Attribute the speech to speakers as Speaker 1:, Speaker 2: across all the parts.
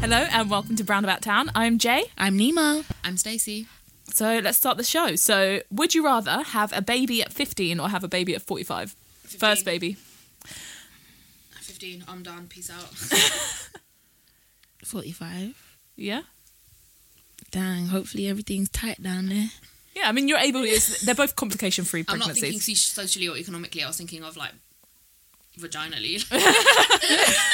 Speaker 1: Hello and welcome to Brown About Town. I'm Jay.
Speaker 2: I'm Nemo. I'm Stacy.
Speaker 1: So let's start the show. So, would you rather have a baby at 15 or have a baby at 45? First
Speaker 2: 15.
Speaker 1: baby.
Speaker 2: 15. I'm done. Peace out. 45.
Speaker 1: Yeah.
Speaker 2: Dang. Hopefully everything's tight down there.
Speaker 1: Yeah, I mean, you're able. It's, they're both complication-free
Speaker 3: I'm not
Speaker 1: pregnancies.
Speaker 3: thinking so- socially or economically. I was thinking of like vaginally.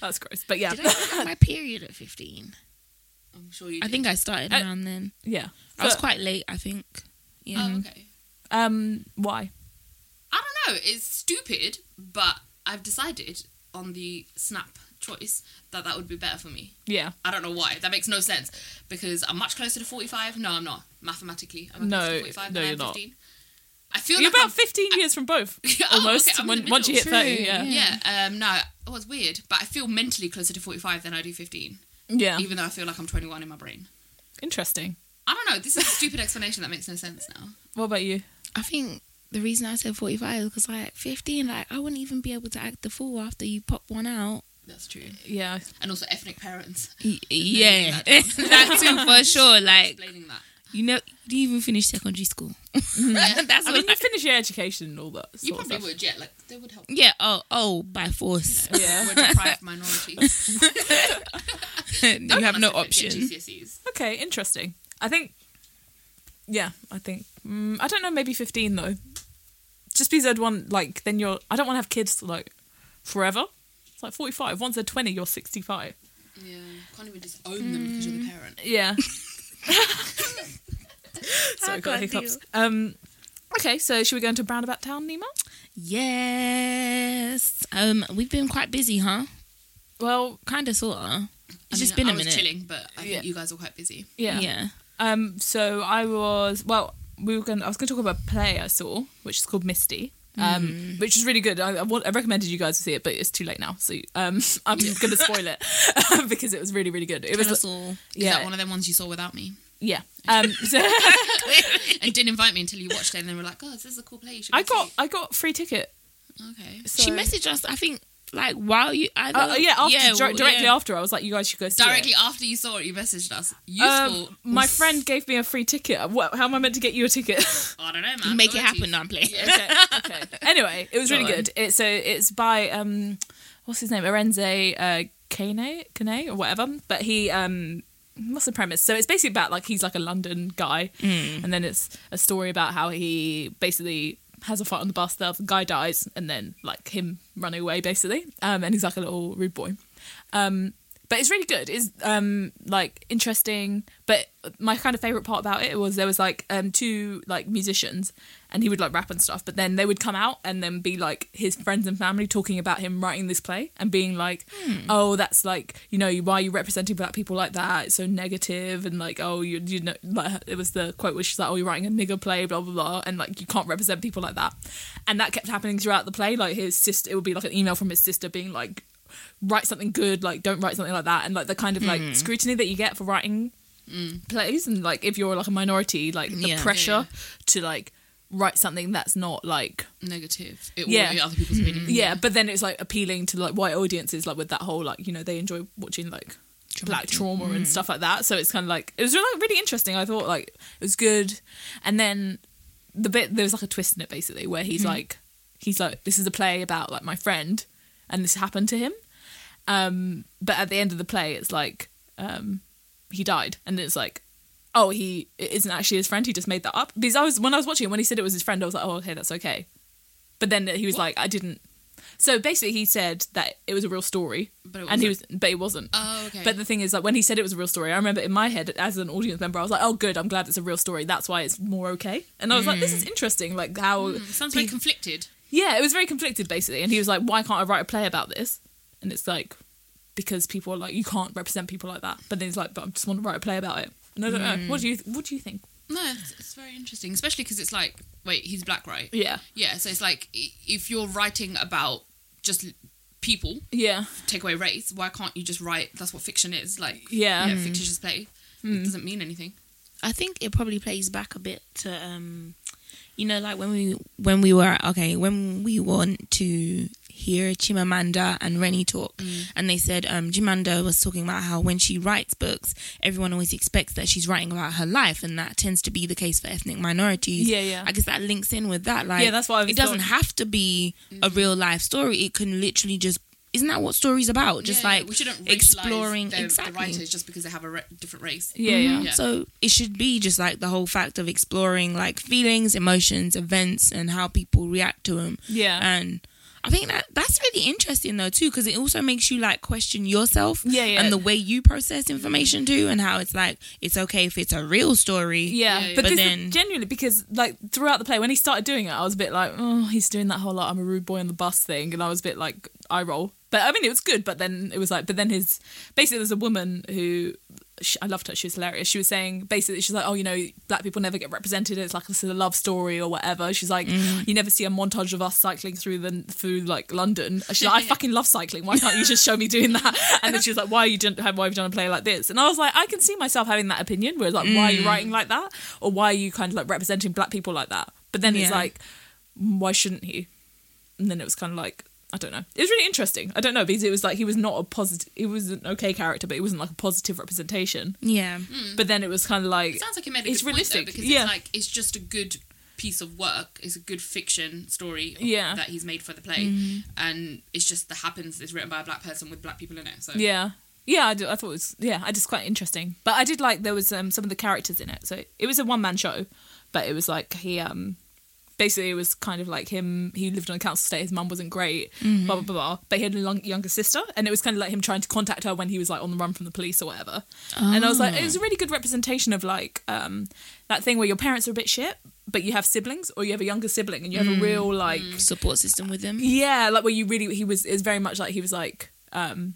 Speaker 1: That's gross, but yeah,
Speaker 2: Did I have my period at 15?
Speaker 3: I'm sure you.
Speaker 2: I
Speaker 3: did.
Speaker 2: think I started
Speaker 1: Uh,
Speaker 2: around then.
Speaker 1: yeah.
Speaker 2: I was
Speaker 1: But,
Speaker 2: quite late, I think. Yeah.
Speaker 3: Oh, okay.
Speaker 1: um, why?
Speaker 3: I don't know. It's stupid, but I've decided on the snap choice that that would be better for me.
Speaker 1: Yeah.
Speaker 3: I don't know why. That makes no sense because I'm much closer to 45. No, I'm not. Mathematically, I'm
Speaker 1: No,
Speaker 3: closer to 45
Speaker 1: no,
Speaker 3: than I
Speaker 1: you're
Speaker 3: am
Speaker 1: not.
Speaker 3: 15. I feel
Speaker 1: You're
Speaker 3: like I'm-
Speaker 1: about 15 years from both,
Speaker 3: Yeah, oh,
Speaker 1: almost.
Speaker 3: okay, I'm in
Speaker 1: when,
Speaker 3: the
Speaker 1: once you hit
Speaker 3: middle.
Speaker 1: 30,
Speaker 2: True,
Speaker 1: yeah.
Speaker 3: Yeah. Um. No. Oh, it's weird, but I feel mentally closer to 45 than I do 15,
Speaker 1: Yeah.
Speaker 3: even though I feel like I'm 21 in my brain.
Speaker 1: Interesting.
Speaker 3: I don't know. This is a stupid explanation that makes no sense now.
Speaker 1: What about you?
Speaker 2: I think the reason I said 45 is because, like, 15, like, I wouldn't even be able to act the fool after you pop one out.
Speaker 3: That's true.
Speaker 1: Yeah.
Speaker 3: And also ethnic parents
Speaker 2: Yeah.
Speaker 3: that
Speaker 2: that too, for sure. Like,
Speaker 3: explaining that.
Speaker 2: you know, you didn't even finish secondary school. That's
Speaker 1: I
Speaker 2: what
Speaker 1: mean, you finish your education and all that.
Speaker 3: You
Speaker 1: sort of
Speaker 3: probably
Speaker 1: stuff.
Speaker 3: would, yeah. Like they would help.
Speaker 2: Yeah. Oh, oh, by force.
Speaker 1: Yeah.
Speaker 3: We're deprived minorities.
Speaker 2: you have no
Speaker 3: Must get
Speaker 2: option.
Speaker 3: GCSEs.
Speaker 1: Okay, interesting. I think, yeah, I think mm, I don't know. Maybe fifteen though, just because I'd want like then you're. I don't want to have kids like forever. It's like forty five. Once they're twenty, you're sixty five.
Speaker 3: Yeah. Can't even disown them because you're the parent.
Speaker 1: Yeah. Sorry, got
Speaker 2: can't
Speaker 1: hiccups.
Speaker 2: deal.
Speaker 1: Um, okay, so should we go into Brown About Town, Nima?
Speaker 2: Yes. Um, we've been quite busy, huh?
Speaker 1: Well,
Speaker 2: Kind of, sorta. It's
Speaker 3: I
Speaker 2: just
Speaker 3: mean,
Speaker 2: been a
Speaker 3: I was
Speaker 2: minute.
Speaker 3: chilling, but I think
Speaker 1: Yeah.
Speaker 3: you guys were quite busy.
Speaker 1: yeah.
Speaker 2: Yeah.
Speaker 1: Um, so I was well, we were going. to I was going to talk about a play I saw, which is called Misty, um, which is really good. I, I, want, I recommended you guys to see it, but it's too late now, so um, I'm going to spoil it because it was really, really good. It
Speaker 2: Tell
Speaker 1: was,
Speaker 2: us all.
Speaker 3: Is
Speaker 1: yeah,
Speaker 3: that one of them ones you saw without me?
Speaker 1: yeah. Um, so
Speaker 3: and didn't invite me until you watched it and then were like, oh, this is a cool play. You should
Speaker 1: I
Speaker 3: go
Speaker 1: got,
Speaker 3: see
Speaker 1: I got free ticket.
Speaker 3: it." Okay.
Speaker 1: So,
Speaker 2: She messaged us. I think like while you either
Speaker 1: Uh, yeah, after, dir-
Speaker 2: well,
Speaker 1: directly
Speaker 2: yeah.
Speaker 1: after, I was like, "You guys should go see
Speaker 3: Directly
Speaker 1: it."
Speaker 3: after you saw it, you messaged us. Useful.
Speaker 1: Um, my friend gave me a free ticket. What, how am I meant to get you a ticket?
Speaker 3: I don't know, man.
Speaker 2: Make it
Speaker 3: Loyalty.
Speaker 2: happen. No, I'm playing.
Speaker 1: okay, okay. Anyway, it was really
Speaker 2: Go on.
Speaker 1: good. It's so it's by um, what's his name, Arenze uh, Kane, Kane or whatever. But he um, what's the premise? So it's basically about like he's like a London guy, and then it's a story about how he basically has a fight on the bus. The other guy dies, and then like him running away basically, um, and he's like a little rude boy. Um, but it's really good. It's um like interesting. But my kind of favorite part about it was there was like um two like musicians, and he would like rap and stuff. But then they would come out and then be like his friends and family talking about him writing this play and being like, oh, that's like you know why are you representing black people like that? It's so negative and like oh you you know like it was the quote which is like oh you're writing a nigger play blah blah blah and like you can't represent people like that, and that kept happening throughout the play. Like his sister, it would be like an email from his sister being like write something good like don't write something like that and like the kind of like
Speaker 2: Mm-hmm.
Speaker 1: scrutiny that you get for writing plays and like if you're like a minority like the
Speaker 2: Mm. Yeah.
Speaker 1: pressure
Speaker 3: Yeah.
Speaker 1: to like write something that's not like
Speaker 3: Negative.
Speaker 1: Yeah.
Speaker 3: It
Speaker 1: Mm-hmm.
Speaker 3: will be other people's opinion.
Speaker 1: yeah but then it's like appealing to like white audiences like with that whole like you know they enjoy watching like black trauma and stuff like that so it's kind of like it was really, really interesting i thought like it was good and then the bit there was like a twist in it basically where he's like he's like this is a play about like my friend and this happened to him um but at the end of the play it's like um he died and it's like oh he it isn't actually his friend he just made that up because i was when i was watching it when he said it was his friend i was like oh okay that's okay but then he was like i didn't so basically he said that it was a real story
Speaker 3: But it
Speaker 1: and he was but it wasn't
Speaker 3: Oh, okay.
Speaker 1: but the thing is, like when he said it was a real story, I remember in my head as an audience member, I was like, "Oh, good, I'm glad it's a real story. That's why it's more okay." And I was like, "This
Speaker 3: Mm.
Speaker 1: is interesting. Like how
Speaker 3: Sounds very
Speaker 1: peop-
Speaker 3: conflicted.
Speaker 1: yeah, it was very conflicted basically." And he was like, "Why can't I write a play about this?" And it's like because people are like, "You can't represent people like that." But then he's like, "But I just want to write a play about it." And I don't know. What do you What do you think?
Speaker 3: No, it's, it's very interesting, especially because it's like, wait, he's black, right?
Speaker 1: Yeah,
Speaker 3: Yeah, so it's like i- if you're writing about just l- people,
Speaker 1: yeah,
Speaker 3: take away race, why can't you just write? That's what fiction is, like
Speaker 1: Yeah. Hmm. Mm.
Speaker 3: fictitious play. It doesn't mean anything.
Speaker 2: I think it probably plays back a bit to um, you know, like when we when we were okay when we went to hear Chimamanda and Rennie talk, and they said um, Chimamanda was talking about how when she writes books, everyone always expects that she's writing about her life, and that tends to be the case for ethnic minorities.
Speaker 1: Yeah, yeah.
Speaker 2: I guess that links in with that. Like,
Speaker 1: Yeah, that's what I was
Speaker 2: It doesn't
Speaker 1: thought.
Speaker 2: have to be a real life story. It can literally just. Isn't that what story's about? Just
Speaker 3: Yeah, yeah,
Speaker 2: like
Speaker 3: we shouldn't racialize
Speaker 2: exploring
Speaker 3: the,
Speaker 2: exactly.
Speaker 3: the writers just because they have a re- different race.
Speaker 1: Yeah, yeah.
Speaker 2: Mhm. So it should be just like the whole fact of exploring like feelings, emotions, events, and how people react to them.
Speaker 1: Yeah.
Speaker 2: And I think that that's really interesting though too, because it also makes you like question yourself.
Speaker 1: Yeah, yeah.
Speaker 2: And the way you process information too, and how it's like it's okay if it's a real story.
Speaker 1: Yeah,
Speaker 3: Yeah, yeah.
Speaker 1: but,
Speaker 2: But
Speaker 1: this
Speaker 2: then-
Speaker 1: is genuinely because like throughout the play, when he started doing it, I was a bit like, oh, he's doing that whole like I'm a rude boy on the bus thing, and I was a bit like eye roll. But I mean, it was good. But then it was like, but then his basically there's a woman who she, I loved her. She was hilarious. She was saying basically she's like, oh, you know, black people never get represented. It's like this is a love story or whatever. She's like,
Speaker 3: Mm.
Speaker 1: you never see a montage of us cycling through the through like London. She's like, I fucking love cycling. Why can't you just show me doing that? And then she was like, why are you doing, why have you done a play like this? And I was like, I can see myself having that opinion. Where it's like, why are
Speaker 3: Mm.
Speaker 1: you writing like that? Or why are you kind of like representing black people like that? But then it's
Speaker 2: Yeah.
Speaker 1: like, "Mm, why shouldn't he? and then it was kind of like I don't know. It was really interesting. I don't know because it was like he was not a positive. He was an okay character, but it wasn't like a positive representation.
Speaker 2: Yeah.
Speaker 1: But then it was kind of like
Speaker 3: Hmm. It sounds like he made a
Speaker 1: It's
Speaker 3: good
Speaker 1: realistic,
Speaker 3: point though, because
Speaker 1: yeah.
Speaker 3: it's like it's just a good piece of work. It's a good fiction story of-
Speaker 1: Yeah. Mm-hmm.
Speaker 3: that he's made for the play, and it's just that happens. It's written by a black person with black people in it. So
Speaker 1: yeah, yeah. I, do- I thought it was yeah. I just quite interesting. But I did like there was um, some of the characters in it. So it was a one man show, but it was like he um basically it was kind of like him. He lived on a council estate. His mum wasn't great. Blah blah blah. blah. But he had a long, younger sister, and it was kind of like him trying to contact her when he was like on the run from the police or whatever. And I was like, it was a really good representation of like um that thing where your parents are a bit shit, but you have siblings or you have a younger sibling and you have a real like
Speaker 2: Support system with them.
Speaker 1: yeah, like where you really he was is very much like he was like um.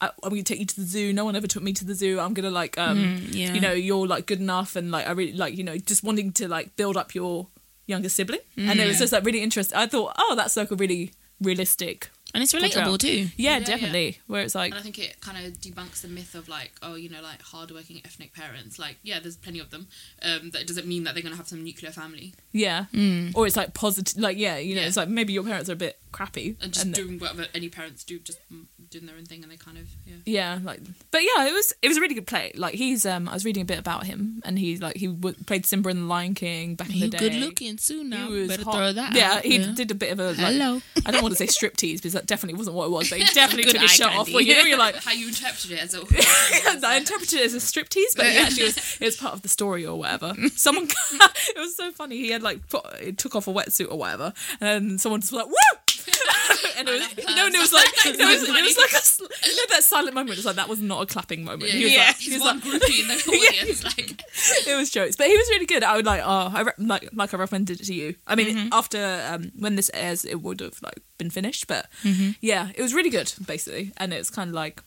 Speaker 1: I, I'm gonna take you to the zoo. No one ever took me to the zoo. I'm gonna like, um,
Speaker 2: Mm, yeah.
Speaker 1: you know, you're like good enough, and like I really like, you know, just wanting to like build up your younger sibling. and it was
Speaker 2: Mm.
Speaker 3: Yeah.
Speaker 1: just like really interesting. I thought, oh, that's like a really realistic.
Speaker 2: And it's relatable
Speaker 1: portrayal.
Speaker 2: too.
Speaker 1: Yeah,
Speaker 3: Yeah,
Speaker 1: definitely. Where it's like,
Speaker 3: And I think it kind of debunks the myth of like, oh, you know, like hardworking ethnic parents. Like, yeah, there's plenty of them. Um, that doesn't mean that they're gonna have some nuclear family
Speaker 1: yeah,
Speaker 2: mm.
Speaker 1: or it's like positive. Like, yeah, you know,
Speaker 3: Yeah.
Speaker 1: it's like maybe your parents are a bit crappy,
Speaker 3: and just
Speaker 1: and-
Speaker 3: doing whatever any parents do, just mm, doing their own thing, and they kind of yeah.
Speaker 1: yeah like but yeah it was it was a really good play like he's um i was reading a bit about him and he's like he w- played simba in the lion king back in
Speaker 2: You
Speaker 1: the day
Speaker 2: good looking soon now.
Speaker 1: He was
Speaker 2: Better
Speaker 1: hot.
Speaker 2: throw that
Speaker 1: yeah
Speaker 2: out.
Speaker 1: he did a bit of a like,
Speaker 2: Hello.
Speaker 1: i don't want to say striptease because that definitely wasn't what it was but he definitely
Speaker 2: Good
Speaker 1: took his
Speaker 2: eye
Speaker 1: shirt off
Speaker 2: candy.
Speaker 1: well you know you're like
Speaker 3: How you interpreted it as a
Speaker 1: I interpreted it as a striptease, but it actually was it was part of the story or whatever. Someone, it was so funny. He had like put, it took off a wetsuit or whatever, and someone just was like woo, and it was no, and it was like it was, it was like a sl- you know that silent moment. It's like that was not a clapping moment. He was
Speaker 3: yeah,
Speaker 1: like-
Speaker 3: he's
Speaker 1: he was
Speaker 3: one
Speaker 1: like-
Speaker 3: groupie in the audience, like
Speaker 1: it was jokes, but he was really good. I would like, oh, I re- like like I recommended it to you. I mean,
Speaker 3: Mm-hmm.
Speaker 1: after um, when this airs, it would have like been finished, but
Speaker 3: Mm-hmm.
Speaker 1: yeah, it was really good basically, and it's kind of like,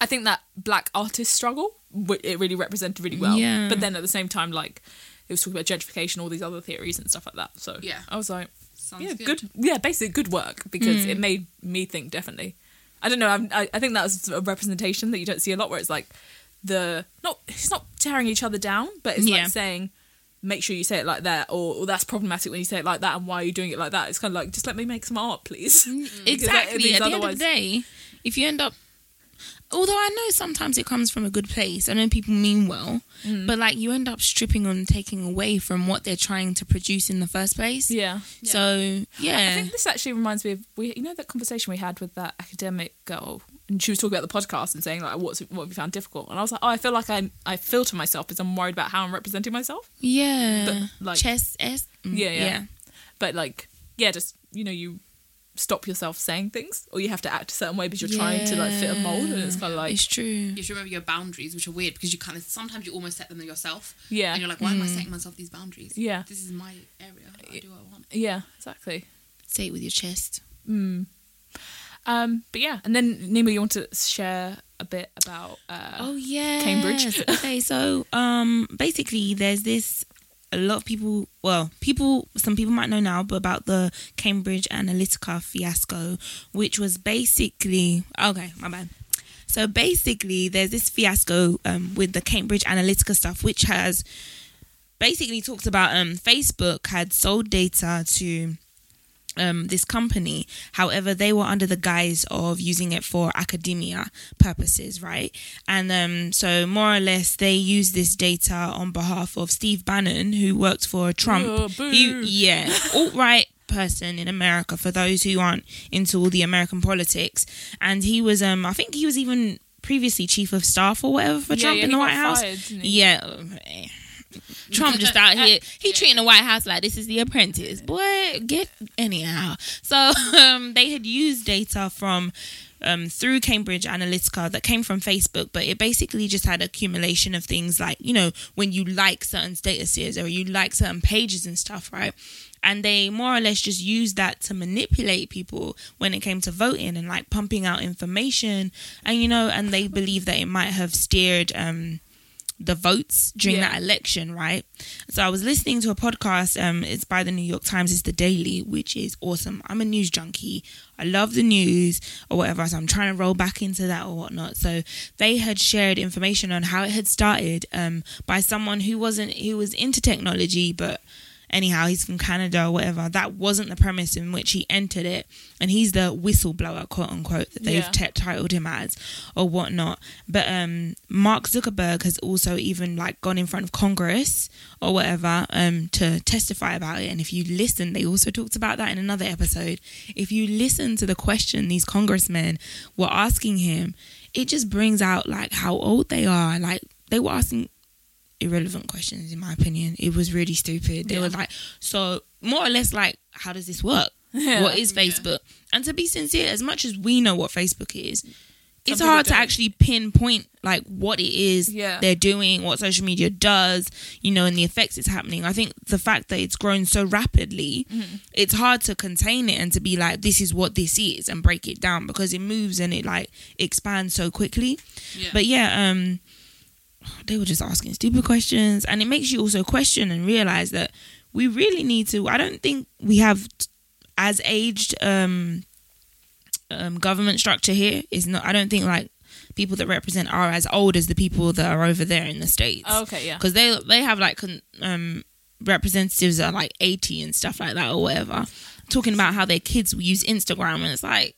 Speaker 1: I think that black artist struggle w- it really represented really well.
Speaker 2: Yeah.
Speaker 1: But then at the same time, like it was talking about gentrification, all these other theories and stuff like that. So
Speaker 3: Yeah.
Speaker 1: I was like,
Speaker 3: sounds
Speaker 1: yeah,
Speaker 3: good.
Speaker 1: good. Yeah, basically good work because
Speaker 2: Mm.
Speaker 1: it made me think definitely. I don't know. I'm, I I think that was a representation that you don't see a lot, where it's like the not it's not tearing each other down, but it's
Speaker 2: Yeah.
Speaker 1: like saying make sure you say it like that, or, or that's problematic when you say it like that, and why are you doing it like that? It's kind of like just let me make some art, please. Because that-
Speaker 2: Mm, Exactly.
Speaker 1: these
Speaker 2: At the end
Speaker 1: otherwise-
Speaker 2: of the day, if you end up, although I know sometimes it comes from a good place, I know people mean well,
Speaker 1: Mm.
Speaker 2: but like you end up stripping and taking away from what they're trying to produce in the first place.
Speaker 1: yeah.
Speaker 2: So
Speaker 1: I
Speaker 2: yeah,
Speaker 1: think this actually reminds me of we you know that conversation we had with that academic girl and she was talking about the podcast and saying like what's what have you found difficult and I was like oh I feel like I I filter myself because I'm worried about how I'm representing myself
Speaker 2: yeah,
Speaker 1: But, like-
Speaker 2: chess, s, mm,
Speaker 1: Yeah, yeah. but like yeah just you know you stop yourself saying things or you have to act a certain way because you're trying to like fit a mold and it's kind of like
Speaker 2: It's true.
Speaker 3: you should remember your boundaries, which are weird because you kind of sometimes you almost set them yourself.
Speaker 1: Yeah. Mm.
Speaker 3: And you're like, why am I setting myself these boundaries?
Speaker 1: Yeah.
Speaker 3: This is my area. I do what I want.
Speaker 1: yeah exactly
Speaker 2: Say it with your chest.
Speaker 1: um but yeah and then Nima you want to share a bit about uh
Speaker 2: Oh yeah,
Speaker 1: Cambridge.
Speaker 2: okay, so um, basically, there's this. A lot of people, well, people, some people might know now, but about the Cambridge Analytica fiasco, which was basically okay. My bad. So basically, there's this fiasco um, with the Cambridge Analytica stuff, which has basically talked about um, Facebook had sold data to um, this company. However, they were under the guise of using it for academia purposes, right? And um, so, more or less, they used this data on behalf of Steve Bannon, who worked for Trump.
Speaker 1: Ugh, Oh, boo.
Speaker 2: He, yeah, alt right person in America for those who aren't into all the American politics. And he was, um, I think he was even previously chief of staff or whatever for
Speaker 1: Yeah,
Speaker 2: Trump
Speaker 1: yeah,
Speaker 2: in
Speaker 1: he got
Speaker 2: the White House.
Speaker 1: fired, didn't he?
Speaker 2: Yeah. um, eh. Trump just out here. He
Speaker 3: Yeah.
Speaker 2: treating the White House like this is the apprentice. Boy, get anyhow. So um, they had used data from um, through Cambridge Analytica that came from Facebook, but it basically just had accumulation of things like you know when you like certain statuses or you like certain pages and stuff, right? And they more or less just used that to manipulate people when it came to voting and like pumping out information, and you know, and they believe that it might have steered. Um, the votes during
Speaker 1: Yeah.
Speaker 2: that election, right? So I was listening to a podcast. Um, it's by the New York Times. It's the Daily, which is awesome. I'm a news junkie. I love the news or whatever. So I'm trying to roll back into that or whatnot. So they had shared information on how it had started um, by someone who wasn't who was into technology, but anyhow, he's from Canada or whatever. That wasn't the premise in which he entered it, and he's the whistleblower, quote unquote, that they've
Speaker 1: Yeah.
Speaker 2: t- titled him as or whatnot. But um, Mark Zuckerberg has also even like gone in front of Congress or whatever um, to testify about it. And if you listen, they also talked about that in another episode. If you listen to the question these congressmen were asking him, it just brings out like how old they are. Like they were asking irrelevant questions, in my opinion. It was really stupid. They were like, so more or less like, how does this work?
Speaker 1: Yeah.
Speaker 2: What is
Speaker 3: Yeah.
Speaker 2: Facebook? And to be sincere, as much as we know what Facebook is, it's
Speaker 1: people
Speaker 2: hard to
Speaker 1: don't.
Speaker 2: actually pinpoint like what it is
Speaker 1: Yeah.
Speaker 2: they're doing, what social media does, you know, and the effects it's happening. I think the fact that it's grown so rapidly, it's hard to contain it and to be like, this is what this is and break it down because it moves and it like expands so quickly.
Speaker 3: Yeah.
Speaker 2: But yeah, um, they were just asking stupid questions, and it makes you also question and realize that we really need to. I don't think we have t- as aged um, um, government structure here. Is not. I don't think like people that represent are as old as the people that are over there in the states
Speaker 1: Oh, Okay, yeah.
Speaker 2: because they they have like con- um, representatives that are like eighty and stuff like that or whatever. Talking about how their kids use Instagram, and it's like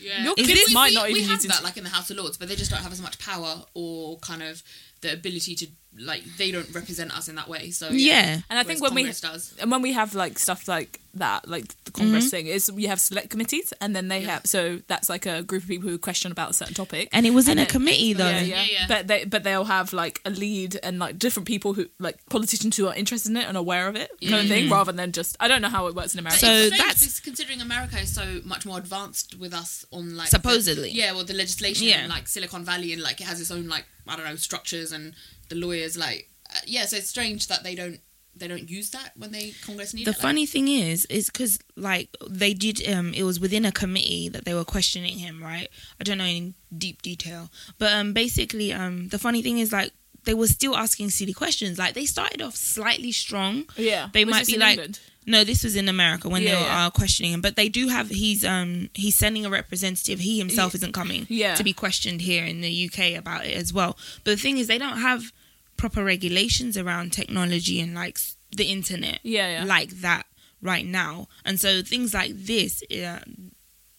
Speaker 3: Yeah.
Speaker 1: Your
Speaker 3: Is
Speaker 1: kids
Speaker 3: this-
Speaker 1: might
Speaker 3: we,
Speaker 1: not
Speaker 3: we
Speaker 1: even
Speaker 3: have
Speaker 1: use it.
Speaker 3: that like in the House of Lords, but they just don't have as much power or kind of the ability to like they don't represent us in that way. So
Speaker 2: Yeah.
Speaker 1: And I think when
Speaker 3: Whereas
Speaker 1: we-
Speaker 3: Congress does.
Speaker 1: and when we have like stuff like that, like the Congress thing, is we have select committees, and then they have so that's like a group of people who question about a certain topic.
Speaker 2: and it was in a committee though.
Speaker 1: yeah, yeah.
Speaker 3: Yeah, yeah.
Speaker 1: But they but they'll have like a lead and like different people who like politicians who are interested in it and aware of it kind of thing, rather than just I don't know how it works in America.
Speaker 2: Mm. So
Speaker 3: it's strange
Speaker 2: that's-
Speaker 3: because considering America is so much more advanced with us on like
Speaker 2: Supposedly.
Speaker 3: the- yeah, well the legislation
Speaker 2: Yeah.
Speaker 3: in, like Silicon Valley and like it has its own like I don't know structures and the lawyers like uh, yeah, so it's strange that they don't they don't use that when they Congress need
Speaker 2: the
Speaker 3: it. like-
Speaker 2: funny thing is is because like they did um it was within a committee that they were questioning him right i don't know in deep detail but um basically um the funny thing is like they were still asking silly questions like they started off slightly strong
Speaker 1: yeah,
Speaker 2: they
Speaker 1: Was
Speaker 2: might
Speaker 1: this
Speaker 2: be
Speaker 1: in
Speaker 2: like
Speaker 1: England?
Speaker 2: no this was in america when
Speaker 1: Yeah,
Speaker 2: they were
Speaker 1: yeah.
Speaker 2: uh, questioning him but they do have he's um he's sending a representative he himself isn't coming
Speaker 1: Yeah.
Speaker 2: to be questioned here in the uk about it as well but the thing is they don't have proper regulations around technology and like s- the internet
Speaker 1: Yeah, yeah.
Speaker 2: like that right now and so things like this yeah,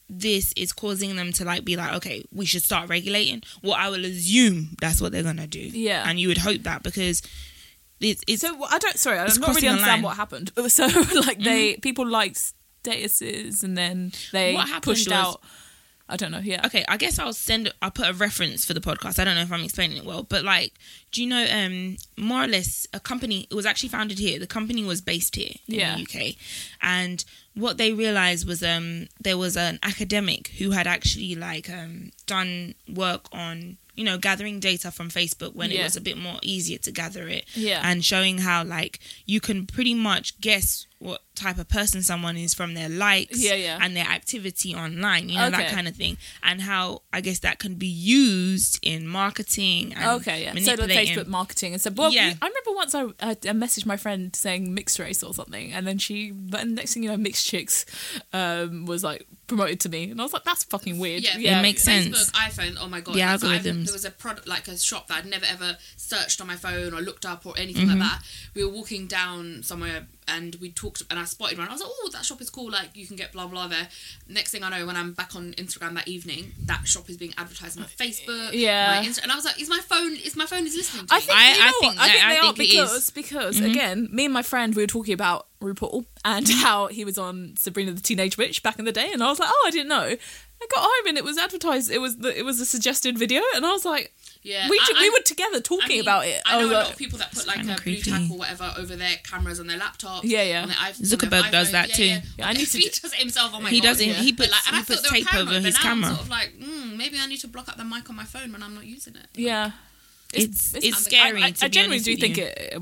Speaker 2: this is causing them to like be like okay we should start regulating well i will assume that's what they're gonna do
Speaker 1: Yeah.
Speaker 2: and you would hope that because it's, it's
Speaker 1: So I don't. Sorry,
Speaker 2: It's
Speaker 1: I'm not really
Speaker 2: crossing a
Speaker 1: understand
Speaker 2: line. Mm-hmm.
Speaker 1: what happened. So like they people liked statuses, and then they
Speaker 2: What happened
Speaker 1: pushed
Speaker 2: was-
Speaker 1: out. I don't know. Yeah.
Speaker 2: okay i guess i'll send i'll put a reference for the podcast i don't know if i'm explaining it well but like do you know um more or less a company it was actually founded here the company was based here in
Speaker 1: Yeah.
Speaker 2: the uk and what they realized was um there was an academic who had actually like um done work on you know gathering data from facebook when it
Speaker 1: Yeah.
Speaker 2: was a bit more easier to gather it
Speaker 1: Yeah.
Speaker 2: and showing how like you can pretty much guess what type of person someone is from their likes
Speaker 1: Yeah, yeah.
Speaker 2: and their activity online you know that
Speaker 1: Okay.
Speaker 2: kind of thing and how i guess that can be used in marketing and
Speaker 1: Okay, yeah. So like
Speaker 2: manipulating
Speaker 1: Facebook marketing and stuff. Well,
Speaker 2: Yeah.
Speaker 1: yeah. I remember once I, I I messaged my friend saying mixed race or something, and then she, but next thing you know, mixed chicks um, was like promoted to me, and I was like, that's fucking weird.
Speaker 3: Yeah,
Speaker 2: It makes
Speaker 3: Facebook,
Speaker 2: sense.
Speaker 3: iPhone. Oh my god,
Speaker 2: The
Speaker 3: that's what I've-
Speaker 2: algorithms.
Speaker 3: There was a product like a
Speaker 2: Mm-hmm.
Speaker 3: shop that I'd never ever searched on my phone or looked up or anything like that. We were walking down somewhere and we talked and I spotted one. I was like, oh, that shop is cool. Like you can get blah blah there. Next thing I know, when I'm back on Instagram that evening, that shop is being advertised
Speaker 2: Uh,
Speaker 3: on my Facebook.
Speaker 1: Yeah.
Speaker 3: my Insta- and I was like, is my phone? Is my phone is listening? To
Speaker 1: I
Speaker 3: me?
Speaker 1: think
Speaker 2: I-
Speaker 1: you know
Speaker 2: I
Speaker 1: what?
Speaker 2: think
Speaker 1: I
Speaker 2: that-
Speaker 1: think
Speaker 2: I
Speaker 1: they are
Speaker 2: think it
Speaker 1: because
Speaker 2: is. Mm-hmm.
Speaker 1: because again, me and my friend we were talking about RuPaul and how he was on Sabrina the Teenage Witch back in the day, and I was like, oh, I didn't know. I got home and it was advertised. It was the, it was a suggested video, and I was like,
Speaker 3: Yeah,
Speaker 1: we
Speaker 3: I-
Speaker 1: ju- we
Speaker 3: I-
Speaker 1: were together talking
Speaker 3: I mean,
Speaker 1: about it. Oh,
Speaker 3: I know
Speaker 1: was
Speaker 3: a
Speaker 1: like,
Speaker 3: lot of people that put like
Speaker 2: kinda
Speaker 3: a blue
Speaker 2: creepy.
Speaker 3: tack or whatever over their cameras on their laptop.
Speaker 1: Yeah, yeah.
Speaker 3: On their iPhone,
Speaker 2: Zuckerberg
Speaker 3: on their
Speaker 2: does
Speaker 3: iPhone.
Speaker 2: that
Speaker 3: yeah,
Speaker 2: too.
Speaker 3: Yeah.
Speaker 1: Yeah, I need to
Speaker 3: he
Speaker 1: do-
Speaker 3: does it himself. Oh my
Speaker 2: He
Speaker 3: god.
Speaker 2: does it-
Speaker 1: Yeah.
Speaker 2: he
Speaker 3: But
Speaker 2: puts,
Speaker 3: like, and
Speaker 2: he
Speaker 3: I thought
Speaker 2: puts
Speaker 3: they were
Speaker 2: tape
Speaker 3: paranoid,
Speaker 2: over
Speaker 3: but
Speaker 2: his
Speaker 3: now I'm
Speaker 2: camera.
Speaker 3: sort of like, mm, maybe I need to block out the mic on my phone when I'm not using it.
Speaker 1: Yeah,
Speaker 2: It's- it's
Speaker 1: I-
Speaker 2: scary,
Speaker 1: I, I,
Speaker 2: to be
Speaker 1: generally
Speaker 2: honest
Speaker 1: do
Speaker 2: with
Speaker 1: think
Speaker 2: you.
Speaker 1: it,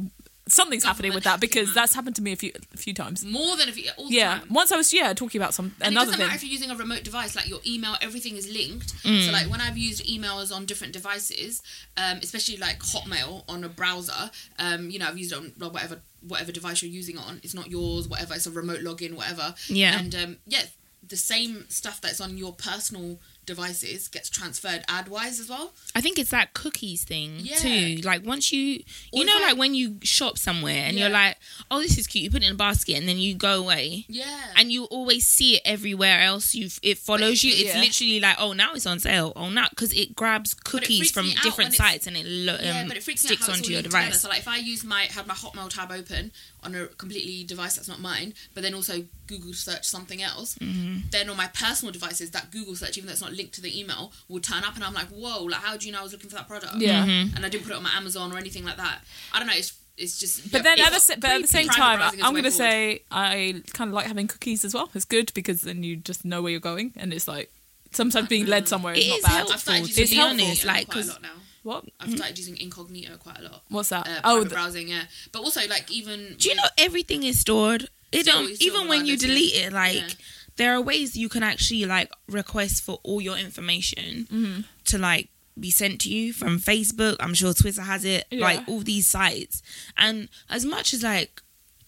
Speaker 1: something's happening with that
Speaker 3: Government
Speaker 1: because
Speaker 3: hacking,
Speaker 1: that's happened to me a few a few times.
Speaker 3: More than if you all the
Speaker 1: Yeah,
Speaker 3: time.
Speaker 1: once I was yeah talking about some
Speaker 3: And
Speaker 1: another
Speaker 3: it doesn't
Speaker 1: thing.
Speaker 3: matter if you're using a remote device, like your email, everything is linked. So, like, when I've used emails on different devices, um, especially like Hotmail on a browser, um, you know, I've used it on well, whatever whatever device you're using it on. It's not yours, whatever. It's a remote login, whatever.
Speaker 2: Yeah.
Speaker 3: And um, yeah, the same stuff that's on your personal devices gets transferred ad wise as well.
Speaker 2: I think it's that cookies thing
Speaker 3: Yeah.
Speaker 2: too. Like once you, you
Speaker 3: Or
Speaker 2: know,
Speaker 3: if I-
Speaker 2: like when you shop somewhere and you're
Speaker 3: Yeah.
Speaker 2: like, oh, this is cute. You put it in a basket and then you go away.
Speaker 3: Yeah.
Speaker 2: And you always see it everywhere else. You it follows you. It's
Speaker 1: Yeah.
Speaker 2: literally like, oh, now it's on sale. Oh, now because it grabs
Speaker 3: it
Speaker 2: cookies
Speaker 3: freaks
Speaker 2: from
Speaker 3: me out
Speaker 2: different
Speaker 3: when it's-
Speaker 2: sites and it lo- um,
Speaker 3: yeah, but it freaks me out
Speaker 2: sticks
Speaker 3: how it's
Speaker 2: onto
Speaker 3: all
Speaker 2: your
Speaker 3: linked together.
Speaker 2: device.
Speaker 3: So like if I use my had my Hotmail tab open on a completely device that's not mine, but then also Google search something else,
Speaker 1: Mm-hmm.
Speaker 3: then on my personal devices that Google search, even though it's not linked to the email, will turn up, and I'm like, whoa, like how do you know I was looking for that product?
Speaker 1: Yeah.
Speaker 3: and I didn't put it on my Amazon or anything like that. I don't know. It's it's just.
Speaker 1: But
Speaker 3: yeah,
Speaker 1: then, at the,
Speaker 3: it's
Speaker 1: sa- but at the same
Speaker 3: creepy.
Speaker 1: time, I-
Speaker 3: Private browsing is
Speaker 1: I'm
Speaker 3: the way
Speaker 1: going to
Speaker 3: forward.
Speaker 1: say I kind of like having cookies as well. It's good because then you just know where you're going, and it's like sometimes being
Speaker 3: Mm.
Speaker 1: led somewhere is
Speaker 2: It
Speaker 1: not
Speaker 2: is
Speaker 1: bad.
Speaker 2: helpful.
Speaker 3: I've started
Speaker 2: to
Speaker 3: using
Speaker 1: be
Speaker 3: incognito
Speaker 1: honest,
Speaker 2: like,
Speaker 3: quite a
Speaker 2: 'cause-
Speaker 3: lot now.
Speaker 1: What?
Speaker 3: I've started using incognito quite a lot.
Speaker 1: What's that?
Speaker 3: Uh,
Speaker 1: Mm-hmm. oh,
Speaker 3: oh,
Speaker 1: the-
Speaker 3: browsing, yeah. But also, like, even
Speaker 2: Do you
Speaker 3: with-
Speaker 2: know everything is stored? It
Speaker 3: Still,
Speaker 2: don't
Speaker 3: it's still
Speaker 2: even when you
Speaker 3: regardless, yeah.
Speaker 2: delete it. Like
Speaker 3: Yeah.
Speaker 2: there are ways you can actually like request for all your information to like be sent to you from Facebook. I'm sure Twitter has it.
Speaker 1: Yeah.
Speaker 2: Like all these sites, and as much as like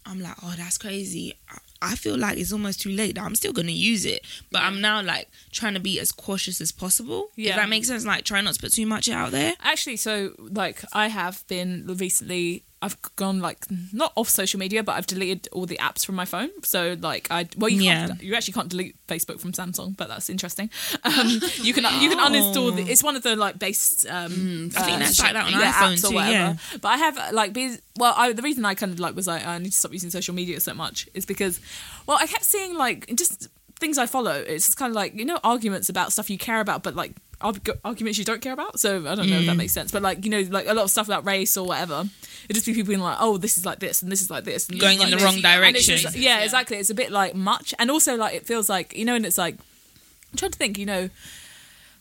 Speaker 2: I'm like, oh, that's crazy. I- I feel like it's almost too late. I'm still gonna use it, but I'm now like trying to be as cautious as possible.
Speaker 1: Yeah.
Speaker 2: If that makes sense, like try not to put too much out there.
Speaker 1: actually so like i have been recently i've gone like not off social media but i've deleted all the apps from my phone so like i well you can't
Speaker 2: Yeah.
Speaker 1: you actually can't delete facebook from samsung but that's interesting um you can you can uninstall the, it's one of the like base um
Speaker 2: I think
Speaker 1: uh,
Speaker 2: that's like that on
Speaker 1: yeah,
Speaker 2: iPhone
Speaker 1: apps or
Speaker 2: too,
Speaker 1: whatever
Speaker 2: yeah.
Speaker 1: but i have like been well I, the reason i kind of like was like "Oh, i need to stop using social media so much is because well i kept seeing like just things i follow it's kind of like you know arguments about stuff you care about but like arg- arguments you don't care about so i don't know if
Speaker 2: Mm.
Speaker 1: that makes sense but like you know like a lot of stuff about race or whatever it just be people being like oh this is like this and this is like this and
Speaker 2: Going
Speaker 1: this is
Speaker 2: in
Speaker 1: like
Speaker 2: the wrong
Speaker 1: this.
Speaker 2: direction.
Speaker 1: And it's just- yeah, exactly it's a bit like much and also like it feels like you know and it's like i'm trying to think you know